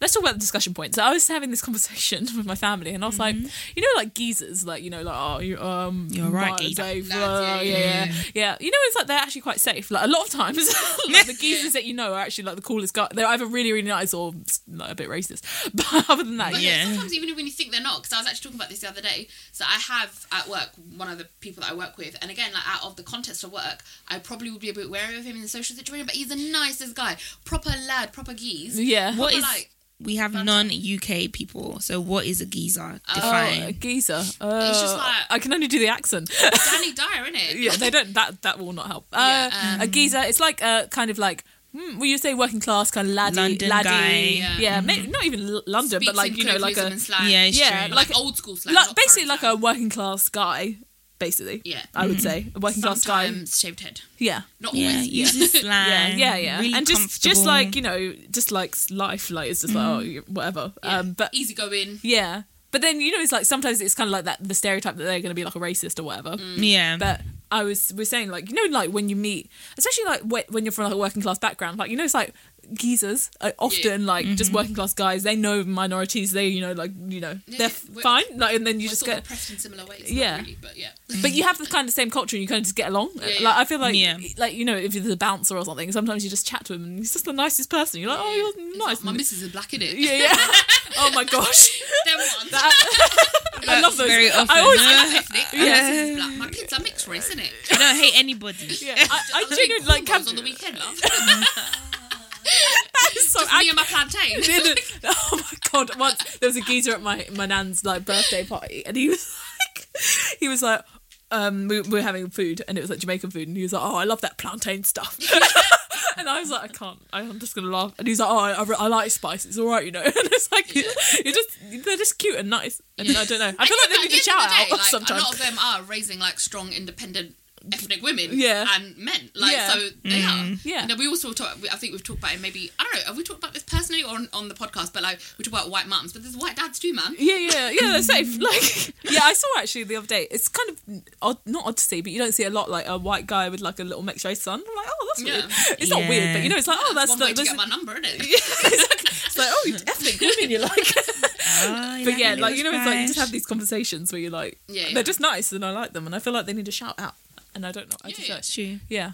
Speaker 1: Let's talk about the discussion point. So I was having this conversation with my family, and I was
Speaker 3: Mm-hmm.
Speaker 1: like, you know, like geezers, like you know, like oh, you um,
Speaker 2: You're right,
Speaker 1: Mars,
Speaker 2: geezer.
Speaker 1: Dave,
Speaker 3: Lads,
Speaker 1: uh, yeah,
Speaker 3: yeah,
Speaker 1: yeah,
Speaker 3: yeah,
Speaker 1: yeah, You know, it's like they're actually quite safe. Like a lot of times, like, the geezers that you know are actually like the coolest guy. They're either really, really nice or like, a bit racist. But other than that,
Speaker 3: But
Speaker 1: yeah,
Speaker 3: yeah.
Speaker 2: Yeah.
Speaker 3: sometimes even when you think they're not, because I was actually talking about this the other day. So I have at work one of the people that I work with, and again, like out of the context of work, I probably would be a bit wary of him in a social situation. But he's the nicest guy, proper lad, proper geese.
Speaker 1: yeah.
Speaker 2: What
Speaker 3: Proper,
Speaker 2: is-
Speaker 3: like?
Speaker 2: we have
Speaker 3: Fanta.
Speaker 2: non UK people. So what is a geezer?
Speaker 1: Oh, a
Speaker 2: Define.
Speaker 1: geezer.
Speaker 3: It's just
Speaker 1: Oh,
Speaker 3: like-
Speaker 1: I can only do the accent.
Speaker 3: Danny Dyer, innit?
Speaker 1: yeah, they don't. That that will not help. Uh,
Speaker 3: Yeah, um,
Speaker 1: a geezer. It's like a kind of like. Mm, well, you say working class kind of laddie,
Speaker 2: London
Speaker 1: laddie,
Speaker 2: guy,
Speaker 1: yeah,
Speaker 2: yeah.
Speaker 1: may- not even L- London,
Speaker 3: mm-hmm. Speaks
Speaker 1: but like
Speaker 3: in
Speaker 1: you know, like
Speaker 3: colloquialism
Speaker 1: a
Speaker 3: and slang.
Speaker 2: Yeah, it's
Speaker 1: Yeah,
Speaker 2: true.
Speaker 1: like-
Speaker 3: like, old school slang.
Speaker 1: like,
Speaker 3: not
Speaker 1: basically
Speaker 3: current
Speaker 1: like
Speaker 3: slang.
Speaker 1: a working class guy, basically.
Speaker 3: Yeah. Mm-hmm.
Speaker 1: I would say a working class guy.
Speaker 3: Sometimes shaved head.
Speaker 1: Yeah,
Speaker 3: Not
Speaker 2: yeah,
Speaker 3: always.
Speaker 2: uses slang.
Speaker 1: yeah, yeah, yeah.
Speaker 2: really
Speaker 1: and just just
Speaker 2: comfortable.
Speaker 1: like you know, just like life, like it's just like
Speaker 3: Mm-hmm.
Speaker 1: oh, you- whatever. Um, but
Speaker 3: easy going.
Speaker 1: yeah, but then you know, it's like sometimes it's kind of like that the stereotype that they're going to be like a racist or whatever.
Speaker 3: Mm.
Speaker 2: yeah,
Speaker 1: But I was we're saying like you know like when you meet especially like wh- when you're from like a working class background like you know it's like geezers are often like
Speaker 2: Mm-hmm.
Speaker 1: just working class guys they know minorities they you know like you know
Speaker 3: Yeah,
Speaker 1: they're f-
Speaker 3: we're-
Speaker 1: fine like and then you
Speaker 3: We're
Speaker 1: just
Speaker 3: sort
Speaker 1: get
Speaker 3: of pressed in similar ways. not
Speaker 1: Yeah.
Speaker 3: really, but yeah.
Speaker 1: but you have the kind of same culture and you kind of just get along like
Speaker 3: yeah.
Speaker 1: I feel like
Speaker 2: Yeah.
Speaker 1: like you know if you're the bouncer or something sometimes you just chat to him and he's just the nicest person you're like oh you're
Speaker 3: It's
Speaker 1: nice
Speaker 3: like, My missus is black in it.
Speaker 1: yeah yeah oh my gosh
Speaker 3: Them ones.
Speaker 1: I love
Speaker 2: That's
Speaker 1: those
Speaker 2: very often.
Speaker 1: I always
Speaker 3: ethnic.
Speaker 1: Yeah.
Speaker 3: My missus is black. My kids are mixed race, innit?
Speaker 2: I don't hate anybody.
Speaker 1: yeah, I, I
Speaker 3: I'm doing
Speaker 1: genuinely like
Speaker 3: cornrows
Speaker 1: Cam-
Speaker 3: on the weekend, love.
Speaker 1: that is so
Speaker 3: Just me and my plantain.
Speaker 1: The other- oh my god! Once there was a geezer at my my nan's like birthday party, and he was like, he was like, um, we, we were having food, and it was like Jamaican food, and he was like, oh, I love that plantain stuff, and I was like, I can't, I, I'm just gonna laugh, and he's like, oh, I, I, re- I like spice, it's all right, you know, and it's like you're just they're just cute and nice, and I don't know, I feel like
Speaker 3: At
Speaker 1: they need a
Speaker 3: the
Speaker 1: shout
Speaker 3: end of the
Speaker 1: out
Speaker 3: day, like,
Speaker 1: sometimes.
Speaker 3: A lot of them are raising like strong, independent ethnic women
Speaker 1: Yeah.
Speaker 3: and men. Like
Speaker 1: Yeah.
Speaker 3: so they are.
Speaker 1: Yeah.
Speaker 3: And then we also talk I think we've talked about it maybe I don't know, have we talked about this personally or on, on the podcast, but like we talk about white mums, but there's white dads too, man.
Speaker 1: Yeah, yeah, yeah. They're safe. Like, Mm. yeah, I saw actually the other day. It's kind of odd, not odd to see, but you don't see a lot like a white guy with like a little mixed race son. I'm like, oh, that's weird.
Speaker 3: Yeah.
Speaker 1: It's not weird, but you know, it's like, oh, that's
Speaker 3: One
Speaker 1: the.
Speaker 3: way to
Speaker 1: that's-
Speaker 3: get my number, innit?
Speaker 1: it's like, oh, you're ethnic women, you like.
Speaker 2: Oh, you
Speaker 1: but yeah,
Speaker 2: a
Speaker 1: like you know, it's like you just
Speaker 2: little
Speaker 1: have these conversations where you're like,
Speaker 3: Yeah, yeah.
Speaker 1: they're just nice, and I like them, and I feel like they need a shout out, and I don't know, I
Speaker 3: Yeah,
Speaker 1: just
Speaker 3: yeah.
Speaker 1: don't.
Speaker 2: splash. True.
Speaker 1: yeah.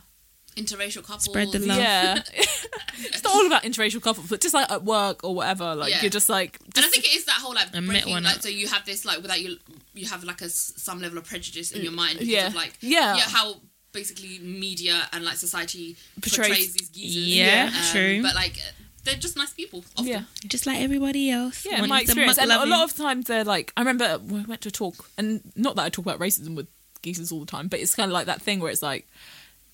Speaker 3: Interracial couples.
Speaker 2: Spread the love.
Speaker 1: Yeah, it's not all about interracial couples, but just like at work or whatever. Like
Speaker 3: Yeah.
Speaker 1: you're just like,
Speaker 3: And I think it is that whole like
Speaker 2: I met
Speaker 3: breaking,
Speaker 2: one
Speaker 3: like
Speaker 2: up.
Speaker 3: so you have this like without you you have like a s- some level of prejudice in your
Speaker 2: Mm,
Speaker 3: mind because
Speaker 1: Yeah.
Speaker 3: of like
Speaker 1: Yeah.
Speaker 3: how basically media and like society
Speaker 1: Portrays-
Speaker 3: portrays, these geezers um,
Speaker 2: Yeah, true.
Speaker 3: but like they're just nice people often.
Speaker 1: yeah.
Speaker 2: Just like everybody else.
Speaker 1: Yeah,
Speaker 2: One
Speaker 1: my
Speaker 2: is the
Speaker 1: experience.
Speaker 2: mug
Speaker 1: And a
Speaker 2: loving-
Speaker 1: lot of times they're like, I remember we went to a talk, and not that I talk about racism with geezers all the time, but it's kind of like that thing where it's like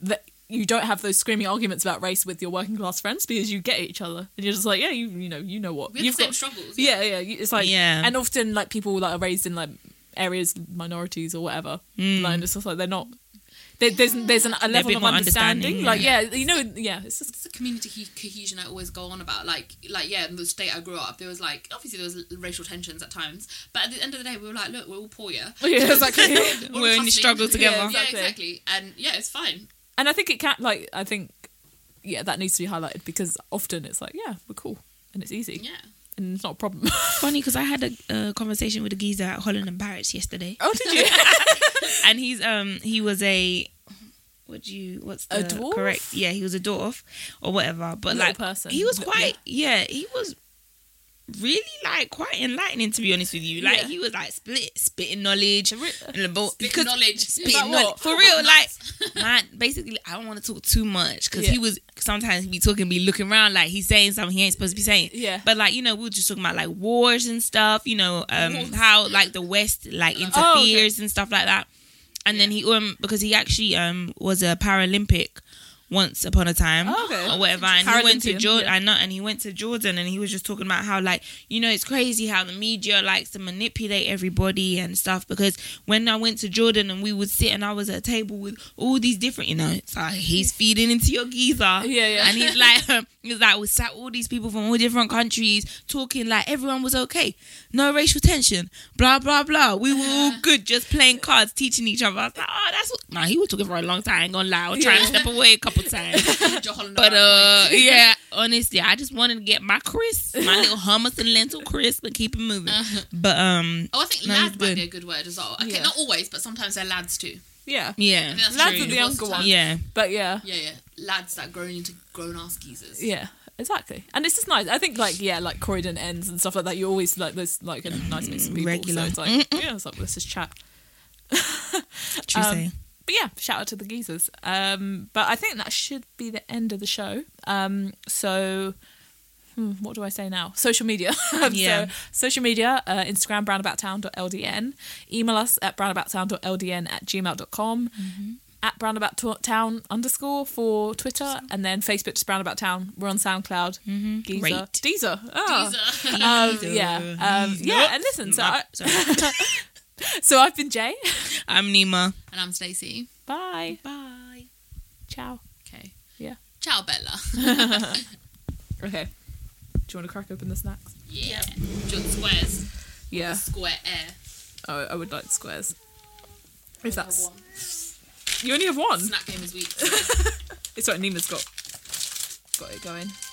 Speaker 1: that you don't have those screaming arguments about race with your working class friends because you get each other, and you're just like, yeah, you you know, you know what
Speaker 3: we have
Speaker 1: you've
Speaker 3: the same
Speaker 1: got.
Speaker 3: struggles
Speaker 1: Yeah, yeah. you- It's like,
Speaker 2: Yeah.
Speaker 1: and often like people that are raised in like areas minorities or whatever,
Speaker 3: Mm.
Speaker 1: like it's just like they're not. There, there's there's an, a level
Speaker 2: bit
Speaker 1: of
Speaker 2: more
Speaker 1: understanding,
Speaker 2: understanding,
Speaker 1: like yeah, you know, yeah. It's just
Speaker 3: it's the community he- cohesion I always go on about. Like, like yeah, in the state I grew up, there was like obviously there was l- racial tensions at times, but at the end of the day, we were like, look, we're all poor, yeah.
Speaker 1: yeah, exactly.
Speaker 3: We're, all
Speaker 2: We're in
Speaker 3: hustling.
Speaker 2: this struggle together.
Speaker 3: Yeah, yeah,
Speaker 1: Exactly.
Speaker 3: exactly. And yeah, it's fine.
Speaker 1: and I think it can like I think yeah that needs to be highlighted because often it's like yeah we're cool and it's easy
Speaker 3: Yeah.
Speaker 1: and it's not a problem.
Speaker 2: funny because I had a uh, conversation with a geezer at Holland and Barrett's yesterday,
Speaker 1: oh, did you?
Speaker 2: and he's um he was a what do you what's
Speaker 1: A
Speaker 2: the
Speaker 1: dwarf?
Speaker 2: correct yeah he was a dwarf or whatever but
Speaker 1: Little
Speaker 2: like
Speaker 1: person.
Speaker 2: he was
Speaker 1: Little-
Speaker 2: quite yeah. he was really like quite enlightening to be honest with you like
Speaker 1: Yeah.
Speaker 2: he was like split spitting knowledge and about-
Speaker 3: Bit
Speaker 2: because-
Speaker 3: knowledge.
Speaker 1: About
Speaker 2: spitting
Speaker 1: what?
Speaker 2: knowledge. for
Speaker 3: About
Speaker 2: real like
Speaker 3: nuts.
Speaker 2: man basically I don't want to talk too much because
Speaker 1: Yeah.
Speaker 2: he was sometimes he be talking be looking around like he's saying something he ain't supposed to be saying
Speaker 1: Yeah.
Speaker 2: but like you know we were just talking about like wars and stuff you know um
Speaker 3: Wars.
Speaker 2: how like the West like interferes
Speaker 1: Oh, okay.
Speaker 2: and stuff like that and then he um because he actually um was a Paralympic once upon a time
Speaker 1: Oh, okay.
Speaker 2: or whatever and he went to
Speaker 1: Paralympian,
Speaker 2: Jordan
Speaker 1: yeah.
Speaker 2: I know and he went to Jordan and he was just talking about how like you know it's crazy how the media likes to manipulate everybody and stuff because when I went to Jordan and we would sit and I was at a table with all these different you know it's like he's feeding into your geezer yeah
Speaker 1: yeah.
Speaker 2: and he's like um, he's like we sat all these people from all different countries talking like everyone was okay no racial tension blah blah blah we were all good just playing cards teaching each other I was like oh that's what nah he was talking for a long time I ain't gonna lie I was trying to step away a couple times
Speaker 3: Your Holland
Speaker 2: but uh,
Speaker 3: points.
Speaker 2: yeah, honestly, I just wanted to get my crisp, my little hummus and lentil crisp, and keep it moving.
Speaker 3: Uh-huh.
Speaker 2: But um,
Speaker 3: Oh, I think
Speaker 2: No,
Speaker 3: lad
Speaker 2: it's
Speaker 3: might
Speaker 2: good.
Speaker 3: be a good word as well. Okay,
Speaker 1: Yeah.
Speaker 3: not always, but sometimes they're lads too.
Speaker 1: yeah,
Speaker 2: yeah,
Speaker 3: That's
Speaker 1: Lads
Speaker 3: true.
Speaker 1: are the
Speaker 3: There was
Speaker 1: younger
Speaker 3: a
Speaker 1: ones.
Speaker 3: time-
Speaker 2: yeah,
Speaker 1: but yeah,
Speaker 3: Yeah, yeah. Lads that grown into grown ass geezers.
Speaker 1: yeah. Exactly, and it's just nice. I think, like, yeah, like Croydon ends and stuff like that. You always like there's like a nice mix of people.
Speaker 2: Regular.
Speaker 1: So it's like, yeah, it's like let's just chat.
Speaker 2: true
Speaker 1: Um,
Speaker 2: say.
Speaker 1: but yeah, shout out to the geezers. Um, but I think that should be the end of the show. Um, so, hmm, what do I say now? Social media.
Speaker 2: Yeah.
Speaker 1: So, social media, uh, Instagram, brownaboutown.ldn. Email us at brownaboutown.ldn at gmail.com.
Speaker 2: Mm-hmm.
Speaker 1: At brownaboutown underscore for Twitter. And then Facebook, just brownaboutown. We're on SoundCloud, Geezer.
Speaker 2: Mm-hmm. Great.
Speaker 1: Deezer. Ah.
Speaker 3: These are-
Speaker 1: Um, yeah. Um, yeah. And listen, so, I,
Speaker 2: Sorry.
Speaker 1: so I've been Jay.
Speaker 2: I'm Nima.
Speaker 3: and I'm Stacey.
Speaker 1: Bye.
Speaker 3: Bye.
Speaker 1: Ciao.
Speaker 3: Okay.
Speaker 1: Yeah.
Speaker 3: Ciao, Bella.
Speaker 1: Okay. Do you want to crack open the snacks?
Speaker 3: Yeah. Do you want squares?
Speaker 1: Yeah.
Speaker 3: Square air.
Speaker 1: Oh, I would like squares. If that's
Speaker 3: Have one.
Speaker 1: you only have one,
Speaker 3: Snack game is weak.
Speaker 1: it's like Nima's got got it going.